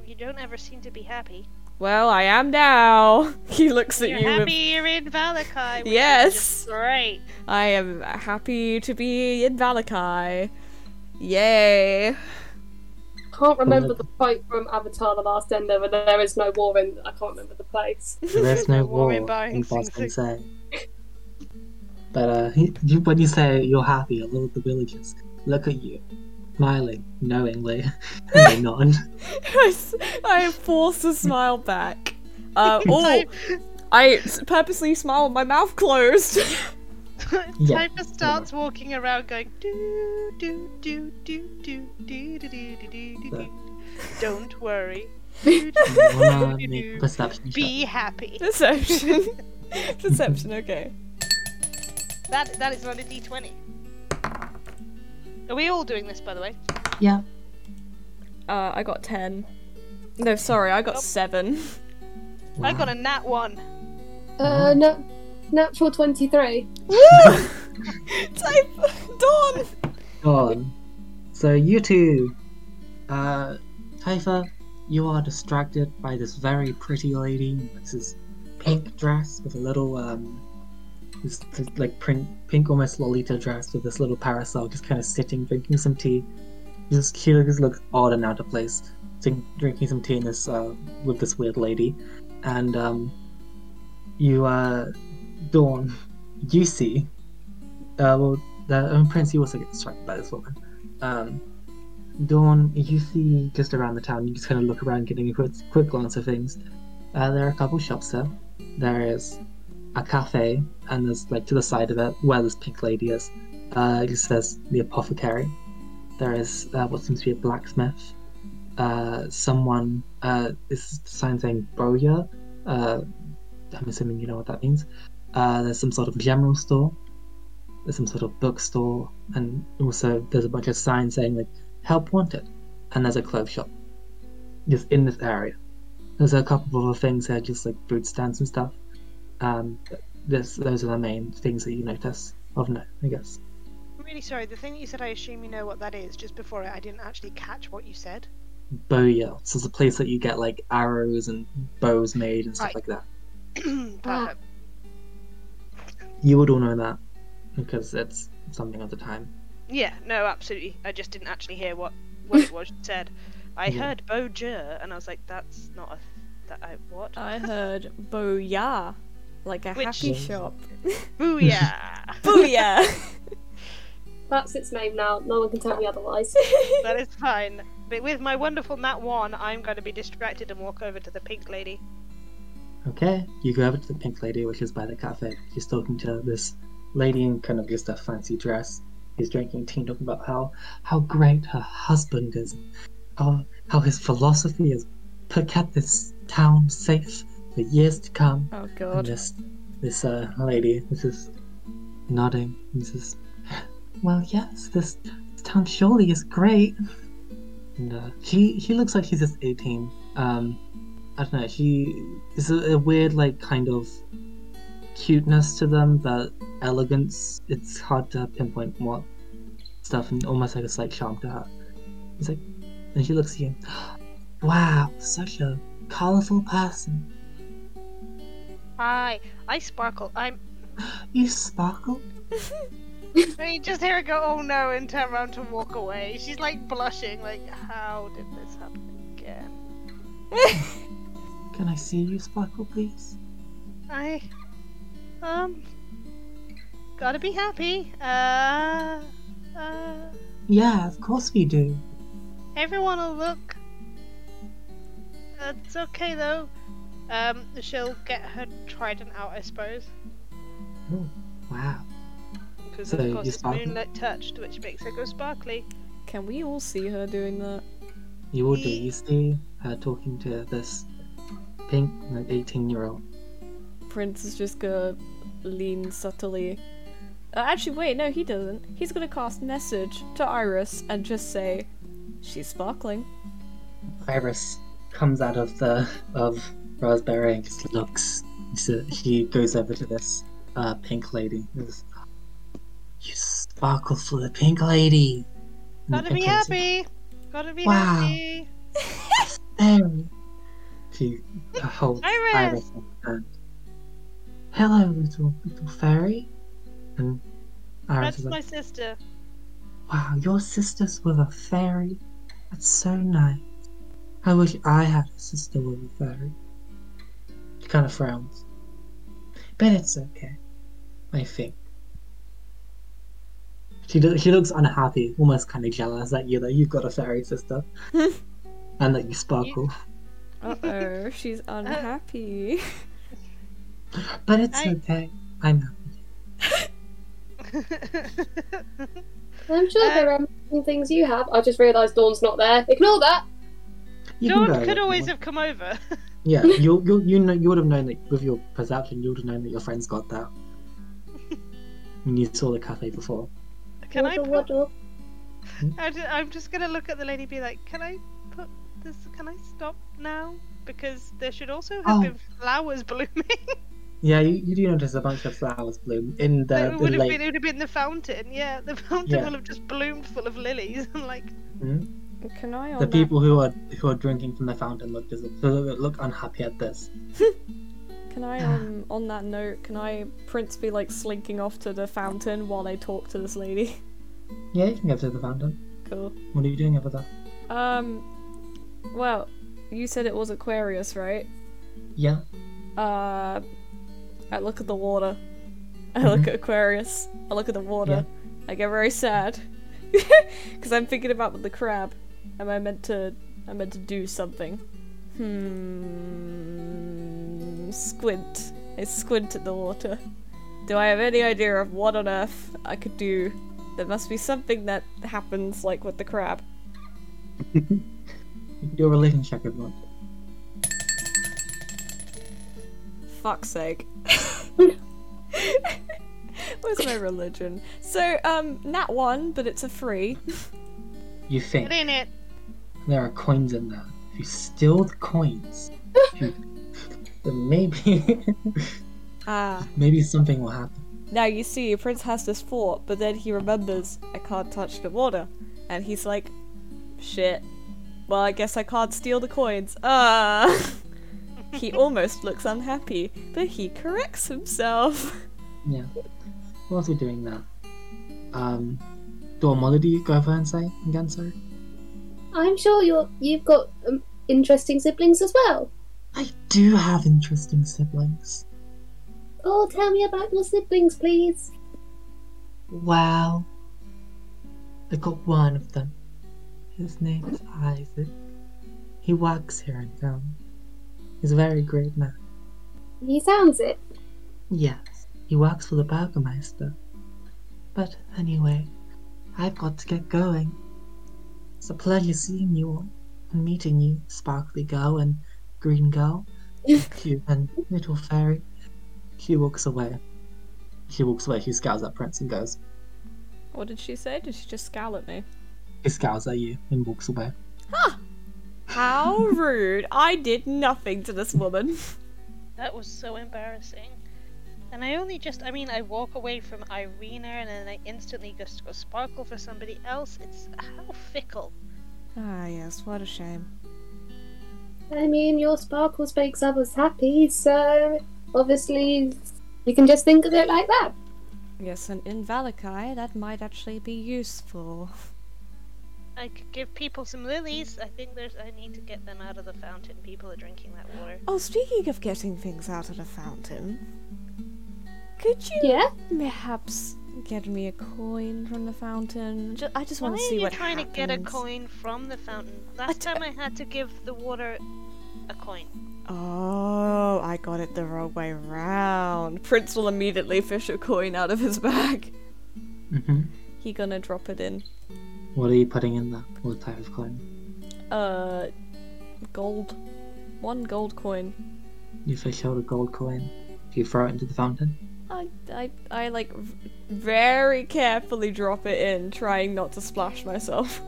You don't ever seem to be happy. Well, I am now. He looks at You're you. with- happy you're in Valakai. which is Yes. just Great. I am happy to be in Valakai. Yay. Can't remember the quote from Avatar: The Last Ender, but there is no war in. I can't remember the place. There is no No war war in in Buying Sing Boston Sing. say. But uh, he, you, when you say you're happy, all of the villagers look at you, smiling knowingly, and they nod. I, s- I force a smile back. Uh, oh, I s- purposely smile with my mouth closed. Yeah, Typer starts walking around going do do do do do do do do do do Yeah. do. Don't worry. You wanna make a perception check? Be happy. Perception. Perception, okay. That that is not a D twenty. Are we all doing this by the way? Yeah. Uh, I got 10. No, sorry, I got 7. I got a nat one. Uh, no, natural twenty-three. Type Dawn! on. So you two, uh, Typha, you are distracted by this very pretty lady. This is pink dress with a little um, this, this, like pink, pink almost lolita dress with this little parasol, just kind of sitting drinking some tea. Just she just looks odd and out of place, sitting, drinking some tea in this uh, with this weird lady, and um, you uh, Dawn, you see, uh, well, the um, prince you also get distracted by this woman um dawn you see just around the town you just kind of look around getting a quick, quick glance of things uh, there are a couple shops there there is a cafe and there's like to the side of it where this pink lady is uh it just says the apothecary there is uh, what seems to be a blacksmith uh someone uh this sign saying boya uh i'm assuming you know what that means uh there's some sort of general store there's some sort of bookstore, and also there's a bunch of signs saying like "Help Wanted," and there's a clothes shop just in this area. There's a couple of other things there, just like food stands and stuff. Um, but this those are the main things that you notice of note, I guess. I'm really sorry. The thing that you said, I assume you know what that is. Just before it, I didn't actually catch what you said. bow yards. There's a place that you get like arrows and bows made and Right. stuff like that. Perfect. You would all know that because it's something of the time. Yeah, no, absolutely. I just didn't actually hear what, what it was you said. I Yeah. heard Bojur, and I was like, that's not a. That I, what? I heard booyah, like a Which- happy shop. Booyah! Booyah! That's its name now. No one can tell me otherwise. that is fine. But with my wonderful nat 1, I'm going to be distracted and walk over to the pink lady. Okay, you go over to the pink lady, which is by the cafe. She's talking to this lady in kind of just a fancy dress. He's drinking tea, and talking about how how great her husband is, and how how his philosophy has p- kept this town safe for years to come. Oh And god. this this uh, lady, this is nodding. This is well, yes, this town surely is great. And uh, she she looks like she's just eighteen. Um, I don't know. She is a, a weird like kind of cuteness to them that elegance. It's hard to pinpoint what stuff and almost like a slight charm to her. It's like, and she looks at you. Wow, such a colorful person. Hi, I sparkle. I'm. You sparkle. And you just hear her go, oh no, and turn around to walk away. She's like blushing, like, how did this happen again? Can I see you, Sparkle, please? I. Um. Gotta be happy. Uh. Uh. Yeah, of course we do. Everyone will look. It's okay though. Um, she'll get her trident out, I suppose. Wow. Because So of you course it's sparkle? moonlight touched, which makes her go sparkly. Can we all see her doing that? You will do. Ye- You see her talking to this pink, like 18 year old. Prince is just gonna lean subtly. Uh, actually, wait, no, he doesn't. He's gonna cast message to Iris and just say, "She's sparkling." Iris comes out of the of Raspberry and just looks. So she goes over to this uh, pink lady. and goes, You sparkle for the pink lady. And the Gotta pink be lady's like, happy! Gotta be Wow. happy! Mary. She holds Iris! Iris in her hand. Hello, little little fairy. And Iris That's is my like, sister. "Wow, your sister's with a fairy. That's so nice. I wish I had a sister with a fairy." She kind of frowns, but it's okay. I think. She does, she looks unhappy, almost kind of jealous that you that you've got a fairy sister, and that you sparkle. Uh oh, she's unhappy. But it's I- okay. I'm happy. I'm sure Uh, there are many things you have. I just realised Dawn's not there. Ignore that. You can go Dawn if could you always want. have come over. Yeah, you you you know you would have known that with your perception, you would have known that your friends got that. when you saw the cafe before. Can I? Waddle, Put, waddle. I ju- I'm just gonna look at the lady, and be like, "Can I put this? Can I stop now? Because there should also have Oh. been flowers blooming. Yeah, you, you do notice a bunch of flowers bloom in the, Like, it the would have late. been it would have been the fountain, yeah. The fountain Yeah. will have just bloomed full of lilies. I'm like, Can I? On The that- people who are who are drinking from the fountain look dis- look look unhappy at this. Can I, um, on that note, can I Prince be like slinking off to the fountain while I talk to this lady? Yeah, you can go to the fountain. cool. What are you doing over there? Um, well, you said it was Aquarius, right? Yeah, Uh, I look at the water. I look Mhm. at Aquarius. I look at the water. I get very sad because I'm thinking about the crab. Am I meant to? I meant to do something. Hmm. Squint. I squint at the water. Do I have any idea of what on earth I could do? There must be something that happens, like with the crab. you can do a religion check if you want. Fuck's sake. Where's my religion? So, um, nat one, but it's a three. You think get in it. there are coins in there. If you steal the coins, you- then maybe Ah. maybe something will happen. Now you see, Prince has this thought, but then he remembers I can't touch the water, and he's like, shit. Well, I guess I can't steal the coins. Uh He almost looks unhappy, but he corrects himself. Yeah. Whilst you're doing that, um, do Melody go over and say again, sorry? I'm sure you're, you've got um, interesting siblings as well. I do have interesting siblings. Oh, tell me about your siblings, please. Wow. I got one of them. His name is Isaac. He works here in town. He's a very great man. He sounds it. Yes, he works for the Burgermeister. But anyway, I've got to get going. It's a pleasure seeing you all and meeting you, Sparkly Girl and Green Girl, Q and Little Fairy. Q walks away. She walks away, She scowls at Prince and goes, What did she say? Did she just scowl at me? He scowls at you and walks away. How rude. I did nothing to this woman. That was so embarrassing. And I only just, I mean, I walk away from Irina and then I instantly just go sparkle for somebody else. It's how fickle. Ah, yes, what a shame. I mean, your sparkles makes others happy, so obviously you can just think of it like that. Yes, and in Valakai, that might actually be useful. I could give people some lilies. I think there's, I need to get them out of the fountain. People are drinking that water. Oh, speaking of getting things out of the fountain, could you Yeah? perhaps get me a coin from the fountain? Ju- I just Why want are to see you what trying happens. to get a coin from the fountain? Last time I had to give the water a coin. Oh, I got it the wrong way round. Prince will immediately fish a coin out of his bag. Mm-hmm. He gonna drop it in. What are you putting in there? What type of coin? Uh gold. One gold coin. You fish out a gold coin. Do you throw it into the fountain? I, I, I like v- very carefully drop it in, trying not to splash myself.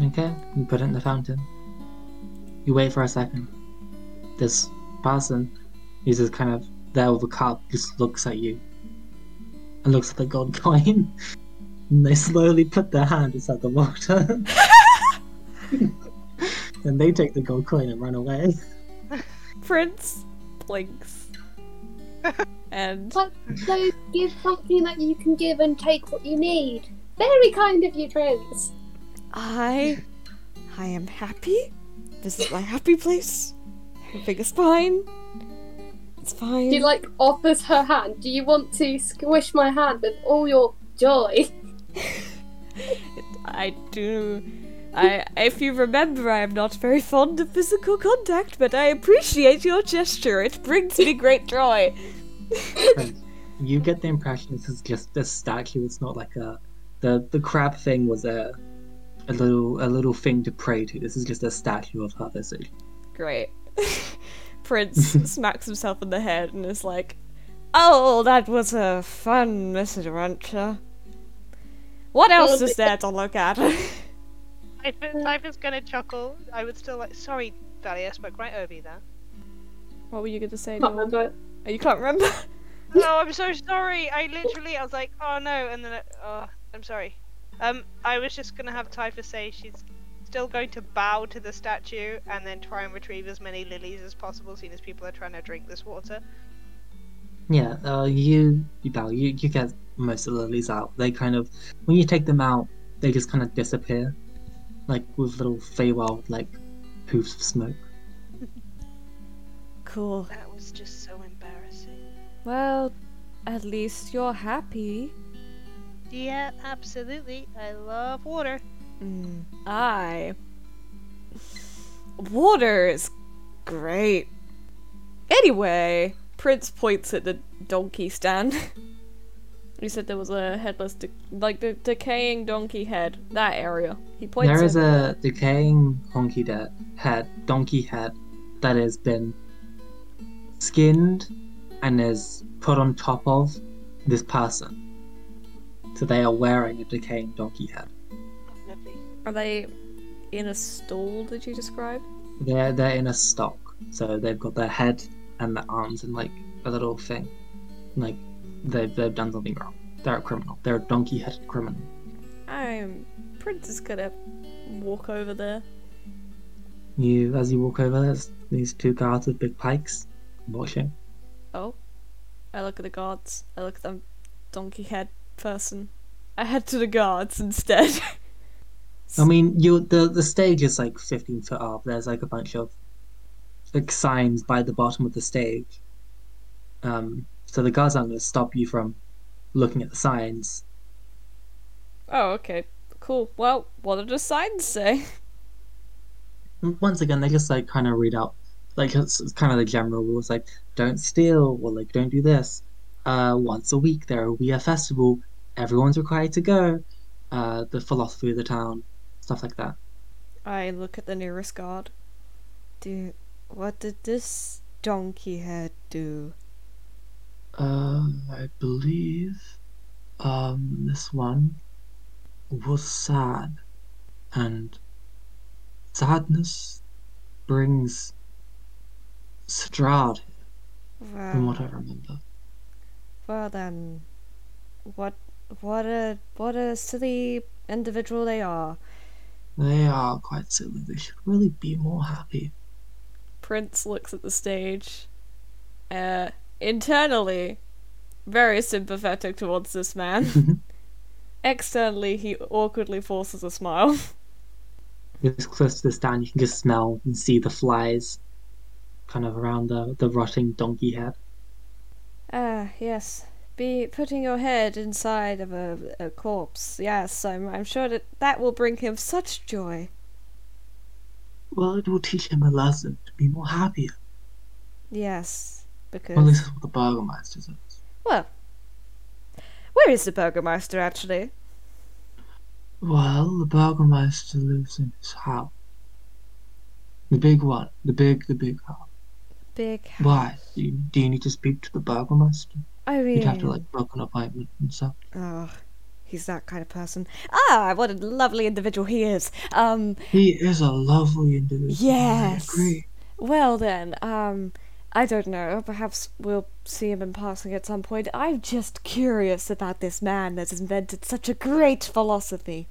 Okay, you put it in the fountain. You wait for a second. This person who's just kind of there with a cup just looks at you and looks at the gold coin. and they slowly put their hand inside the water. and they take the gold coin and run away. Prince blinks. and But so give something that you can give and take what you need. Very kind of you, Prince. I, I am happy. This is my happy place. Everything is fine. It's fine. She like offers her hand. Do you want to squish my hand with all your joy? I do. I, if you remember, I am not very fond of physical contact, but I appreciate your gesture. It brings me great joy. Prince, you get the impression this is just a statue. It's not like a the the crab thing was a a little a little thing to pray to. This is just a statue of her. This is- Great. Prince smacks himself in the head and is like, "Oh, that was a fun misadventure. What else is there to look at?" If life is gonna chuckle, I would still like. Sorry, Valley, I spoke right over you there. What were you gonna say? Can't Dawn? remember. it. Oh, you can't remember. No, Oh, I'm so sorry. I literally, I was like, oh no, and then, I, oh, I'm sorry. Um, I was just gonna have Typhus say she's still going to bow to the statue and then try and retrieve as many lilies as possible, seeing as people are trying to drink this water. Yeah, uh, you you bow. You you get most of the lilies out. They kind of when you take them out, they just kind of disappear, like with little Feywild like poofs of smoke. cool. That was just so embarrassing. Well, at least you're happy. Yeah, absolutely. I love water. Mm, I. Water is great. Anyway, Prince points at the donkey stand. you said there was a headless, de- like the decaying donkey head. That area. He points. There at is a decaying honky de- head, donkey head, that has been skinned and is put on top of this person. So they are wearing a decaying donkey head. Lovely. Are they in a stall? Did you describe? They're they're in a stock, so they've got their head and their arms and like a little thing, like they've they've done something wrong. They're a criminal. They're a donkey-headed criminal. I'm. Prince is gonna walk over there. You, as you walk over, there's these two guards with big pikes watching. Oh. I look at the guards. I look at them donkey head person. I head to the guards instead. I mean, you the the stage is like 15 foot up. There's like a bunch of like signs by the bottom of the stage. Um, so the guards aren't going to stop you from looking at the signs. oh, okay. Cool. Well, what did the signs say? And Once again, they just like kind of read out, like it's, it's kind of the general rules, like don't steal or like don't do this. Uh, once a week there will be a festival. Everyone's required to go. Uh, the philosophy of the town, stuff like that. I look at the nearest guard. Do what did this donkey head do? Uh, I believe, um, this one was sad, and sadness brings Strad, from Well, what I remember. well then, what what a what a silly individual they are. They are quite silly. They should really be more happy. Prince looks at the stage. Uh, internally, very sympathetic towards this man. Externally, he awkwardly forces a smile. It's close to the stand. You can just smell and see the flies, kind of around the the rotting donkey head. Ah, yes. Be putting your head inside of a, a corpse. Yes, I'm I'm sure that that will bring him such joy. Well, it will teach him a lesson to be more happier. Yes, because Well, this is what the burgomaster says. where is the burgomaster actually? Well, the burgomaster lives in his house. The big one. The big, the big house. Big. ha- Why? Do you, do you need to speak to the burgomaster? I mean, You'd have to, like, book an appointment and stuff. Oh, he's that kind of person. Ah, what a lovely individual he is. Um, He is a lovely individual. Yes. I agree. well then, um, I don't know. Perhaps we'll see him in passing at some point. I'm just curious about this man that's invented such a great philosophy.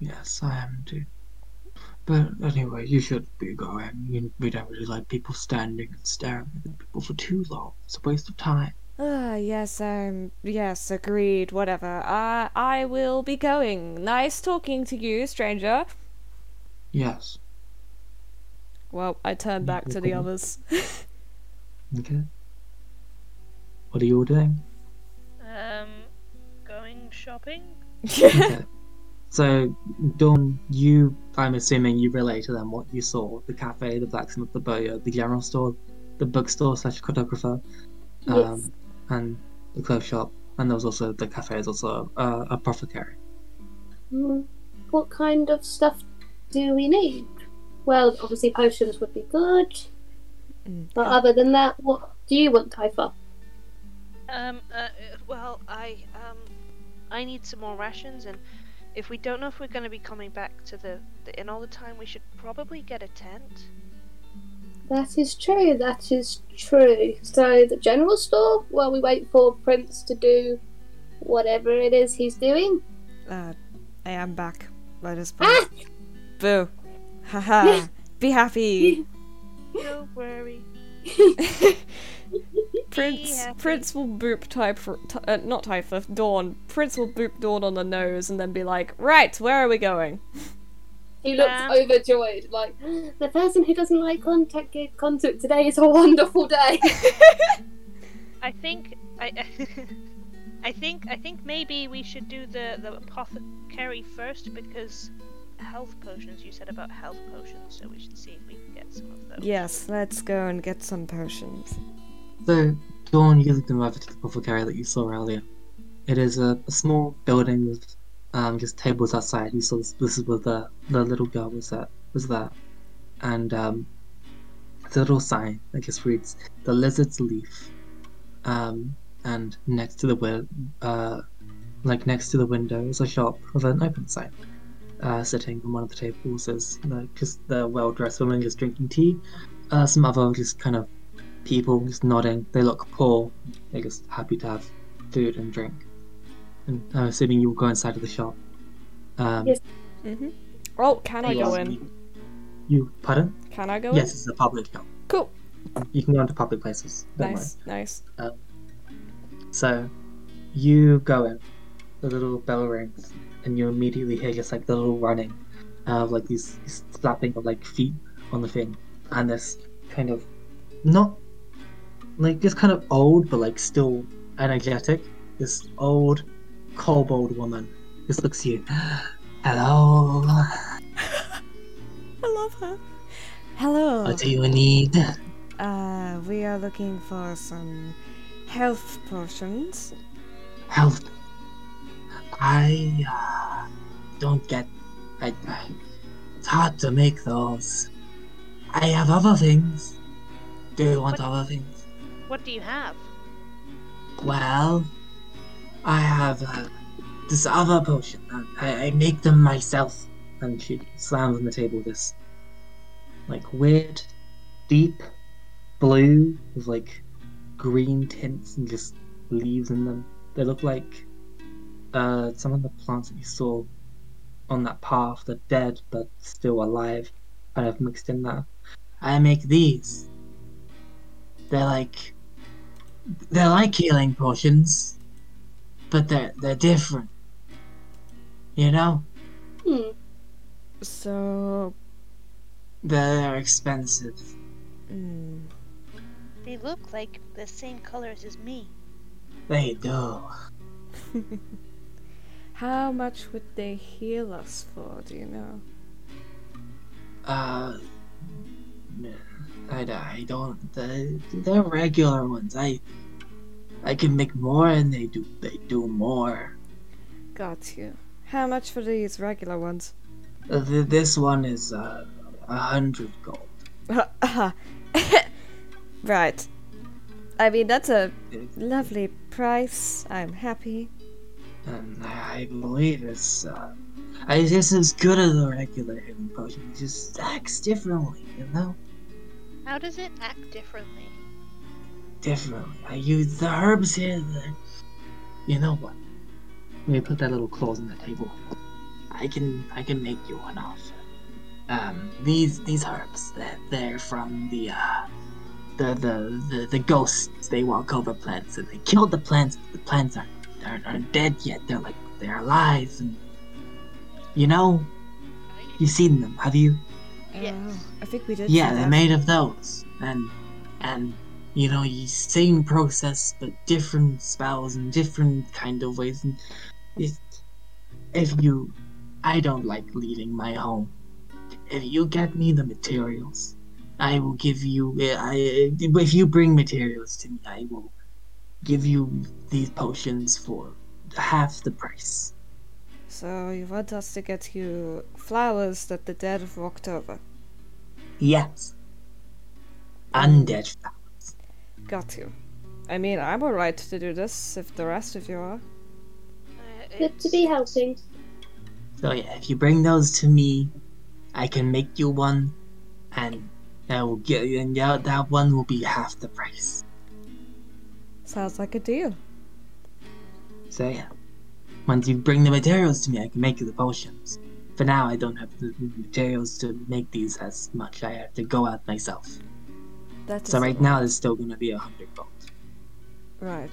Yes, I am too. But anyway, you should be going. You, we don't really like people standing and staring at people for too long. It's a waste of time. Ah, yes, um, yes, agreed, whatever. Uh, I will be going. Nice talking to you, stranger. Yes. Well, I turn back to the others. Okay. What are you all doing? Um, going shopping? okay. So, Dawn, you, I'm assuming you relay to them what you saw the cafe, the blacksmith, the bowyer, the general store, the bookstore slash cartographer, um, Yes. and the clothes shop. And there was also the cafe, is also uh, a apothecary. Hmm, What kind of stuff do we need? Well, obviously potions would be good. But other than that, what do you want, Typha? Um, uh, uh, well, I, um, I need some more rations, and if we don't know if we're going to be coming back to the, the inn all the time, we should probably get a tent. That is true, that is true. So, the general store, well, we wait for Prince to do whatever it is he's doing. Uh, I am back. Let us Ah! Boo. Haha. Be happy. Don't worry. Prince Yeah. Prince will boop type t- uh, not Typhus Dawn. Prince will boop Dawn on the nose and then be like, "Right, where are we going?" He looks Ah. overjoyed, like, the person who doesn't like contact gave contact today is a wonderful day. I think I. I think I think maybe we should do the the apothecary first because health potions. You said about health potions, so we should see if we can get some of those. yes, let's go and get some potions. So, Dawn, you lead them over to the apothecary that you saw earlier. It is a, a small building with um, just tables outside. You saw this, this is where the, the little girl was at, was there. And um, it's a little sign that just reads, The Lizard's Leaf. Um, and next to the wi- uh, like next to the window is a shop with an open sign. Uh, sitting on one of the tables is like just the well-dressed woman just drinking tea. Uh, some other just kind of people just nodding. They look poor. They're just happy to have food and drink. And I'm assuming Mm-hmm. you'll go inside of the shop. Um, Yes, Oh, can I go in? You pardon? Can I go Yes, it's a public help. Cool. You can go into public places. in? Don't Nice, nice. worry. So you go in. The little bell rings, and you immediately hear just like the little running of like these these slapping of like feet on the thing, and this kind of not like just kind of old but like still energetic. This old kobold woman just looks at you. Hello. I love her. Hello. What do you need? Uh, we are looking for some health potions. Health. I uh, don't get. I, I. It's hard to make those. I have other things. Do you want What- other things? What do you have? Well, I have uh, this other potion. I, I make them myself. And she slams on the table this, like weird, deep blue with like green tints and just leaves in them. They look like uh, some of the plants that you saw on that path. They're dead but still alive, kind of mixed in there. I make these. They're like they're like healing potions, but they're they're different. You know, Hmm. So, they're expensive. mm, They look like the same colors as me. They do. how much would they heal us for? Do you know? Uh, I, I don't. They're, they're regular ones. I I can make more, and they do they do more. Got you. How much for these regular ones? Uh, th- This one is uh, a hundred gold. right. I mean, that's a lovely price. I'm happy. And I believe it's uh, I, this is good as a regular healing potion. It just acts differently, you know. How does it act differently? differently. I use the herbs here. The... You know what? Let me put that little clause on the table. I can I can make you one offer. Um, these these herbs they're, they're from the uh the, the the the ghosts. They walk over plants and they kill the plants. But the plants aren't aren't, aren't dead yet. They're like they're alive. And you know, you've seen them, have you? Yes. Uh, I think we did. yeah see they're that. made of those and and you know you same process but different spells and different kind of ways and it, if you i don't like leaving my home if you get me the materials i will give you eh, I, if you bring materials to me i will give you these potions for half the price So you want us to get you flowers that the dead have walked over? yes undead Got you. I mean, I'm alright to do this if the rest of you are. Uh, Good to it's- be helping. So yeah, if you bring those to me, I can make you one, and I will get you, and that that one will be half the price. Sounds like a deal. So yeah, once you bring the materials to me, I can make you the potions. For now, I don't have the materials to make these as much. I have to go out myself. That is So right now, there's still gonna be a hundred gold. right.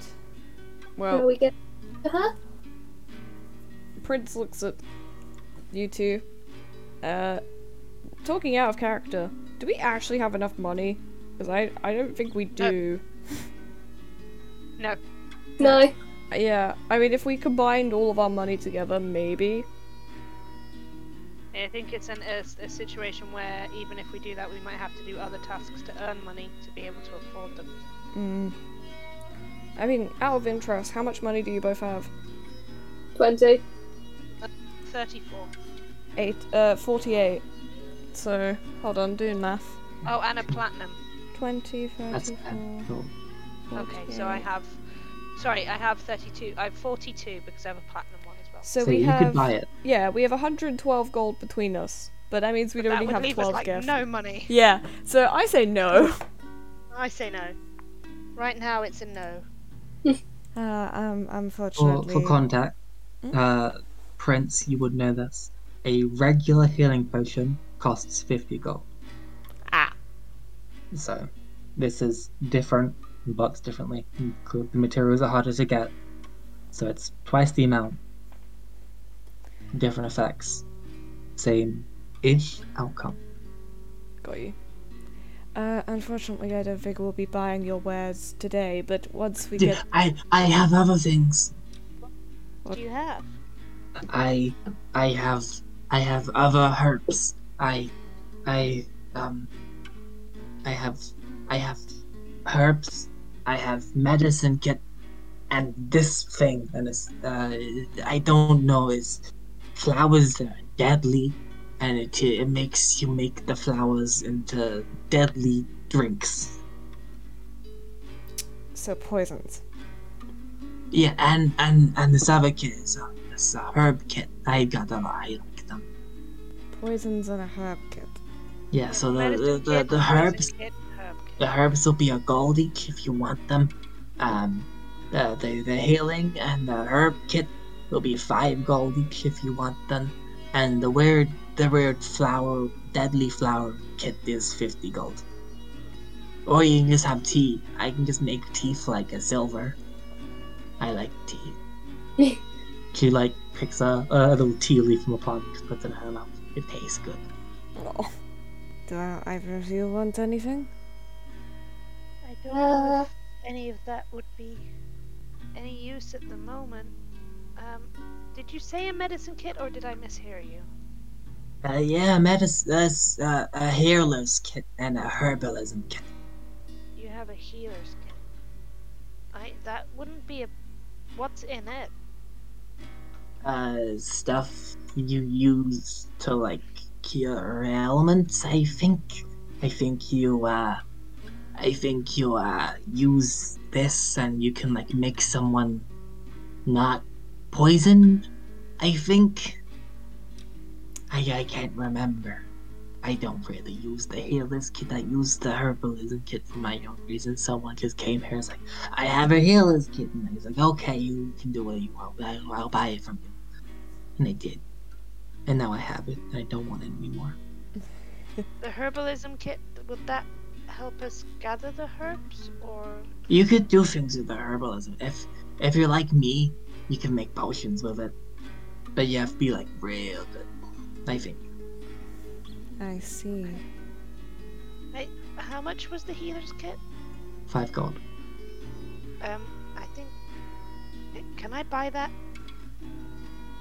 Shall Oh. Well, we Uh-huh. get to her? Prince looks at you two. Uh, talking out of character, do we actually have enough money? Because I, I don't think we do. No. Yeah, I mean, if we combined all of our money together, maybe. I think it's an, a, a situation where even if we do that, we might have to do other tasks to earn money to be able to afford them. Mm. I mean, out of interest, how much money do you both have? 20. 34. Eight, uh, 48. So, hold on, doing math. Oh, and a platinum. 20, That's 34, ten gold. Okay, so I 48. have. Sorry, I have 32. I have 42 because I have a platinum one as well. So, so we you have, could buy it. yeah, we have 112 gold between us, but that means we that don't would have leave 12 us like gift. no money. Yeah, so I say no. I say no. Right now, it's a no. Uh, um, For, unfortunately. for contact, uh, Prince, you would know this. A regular healing potion costs 50 gold. Ah. So, this is different, works differently. The materials are harder to get, so it's twice the amount. Different effects, same ish outcome. Got you. Uh, unfortunately, I don't think we'll be buying your wares today, but once we D- get. I I have other things. Do you have? I I have I have other herbs. I I um I have I have herbs. I have medicine kit and this thing and it's uh I don't know is flowers that are deadly and it it makes you make the flowers into deadly drinks. So, poisons. Yeah, and and and this other kit is uh, this uh, herb kit. I got them. I like them. Poisons and a herb kit. Yeah, so the Medicine the, the, kit, the poison herbs kit, herb kit. the herbs will be a gold each if you want them. Um, the the, the healing and the herb kit will be five gold each if you want them, and the weird the weird flower deadly flower kit is fifty gold. Or you can just have tea. I can just make tea for like a silver. I like tea. she like picks a, a little tea leaf from a pot, and just puts it in her mouth. It tastes good. Oh. Do either of you want anything? I don't know Uh, if any of that would be any use at the moment. Um, did you say a medicine kit, or did I mishear you? Uh, yeah, medicine, that's uh, a healer's kit and a herbalism kit. You have a healer's kit. I that wouldn't be a. What's in it? Uh, stuff you use to like cure ailments. I think. I think you. Uh, I think you uh, use this and you can like make someone not poisoned. I think. I I can't remember. I don't really use the healer's kit. I use the herbalism kit for my own reasons. Someone just came here and was like, I have a healer's kit. And I was like, okay, you can do what you want. I, I'll buy it from you. And they did. And now I have it. And I don't want it anymore. The herbalism kit. Would that help us gather the herbs, or You could do things with the herbalism. If if you're like me, you can make potions with it. But you have to be like real good. I think. I see. how much was the healer's kit? Five gold. Um, I think. Can I buy that?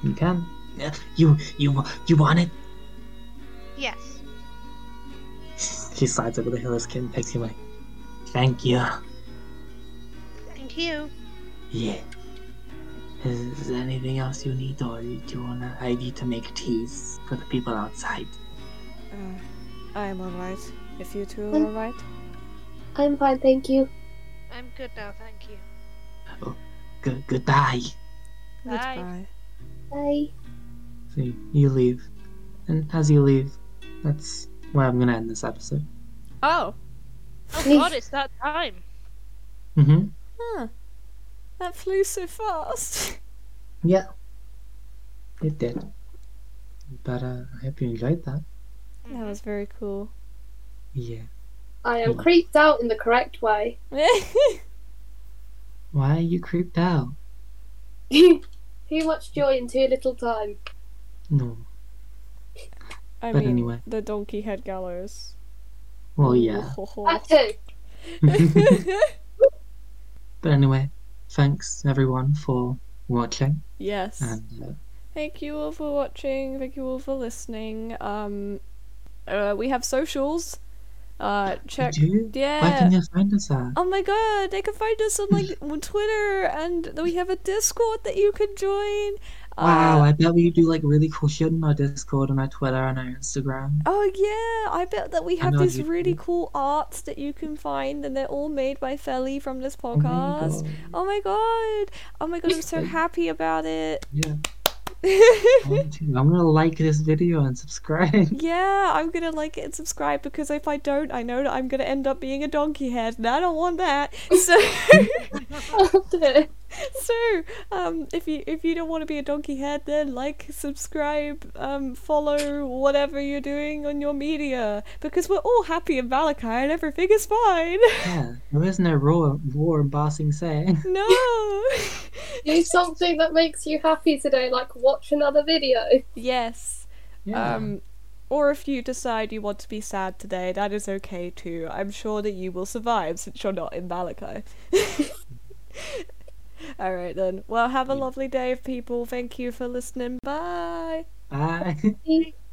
You can. You you you want it? Yes. She slides over the healer's kit and takes him away. Thank you. Thank you. Yeah. Is, is there anything else you need, or do you wanna? I need to make teas for the people outside. Uh, I'm alright. If you two are Mm. alright. I'm fine, thank you. I'm good now, thank you. Good goodbye. Bye. Goodbye. Bye. So you, you leave, and as you leave, that's where I'm gonna end this episode. Oh. Oh god, it's that time. Mm-hmm. Huh. That flew so fast. Yeah. It did. But uh, I hope you enjoyed that. That was very cool. Yeah. I am Mm. creeped out in the correct way. Why are you creeped out? too much joy in too little time. No. I But mean, anyway. the donkey head gallows. Well, yeah. That too. but anyway, thanks everyone for watching. yes. And uh, Thank you all for watching. Thank you all for listening. Um, uh, we have socials. Uh, check. do you? Yeah. Where can you find us at? Oh my god, they can find us on like on Twitter, and we have a Discord that you can join. Wow, Oh, Uh, I bet we do like really cool shit on our Discord and our Twitter and our Instagram. oh yeah, I bet that we I have know these you really do. cool arts that you can find, and they're all made by Feli from this Oh my podcast. God. Oh my god! Oh my god, I'm so Like- happy about it. Yeah. Oh, I want to. I'm gonna like this video and subscribe. yeah, I'm gonna like it and subscribe because if I don't, I know that I'm gonna end up being a donkey head, and I don't want that. So, That too. also, um, if you if you don't want to be a donkey head, then like, subscribe, um, follow whatever you're doing on your media because we're all happy in Valakai and everything is fine. Yeah, there is no roar, roar bossing say. no. Do something that makes you happy today, like watch another video. yes. Yeah. Um, or if you decide you want to be sad today, that is okay too. I'm sure that you will survive since you're not in Malachi. All right then. Well, have a lovely day, people. Thank you for listening. Bye. Bye.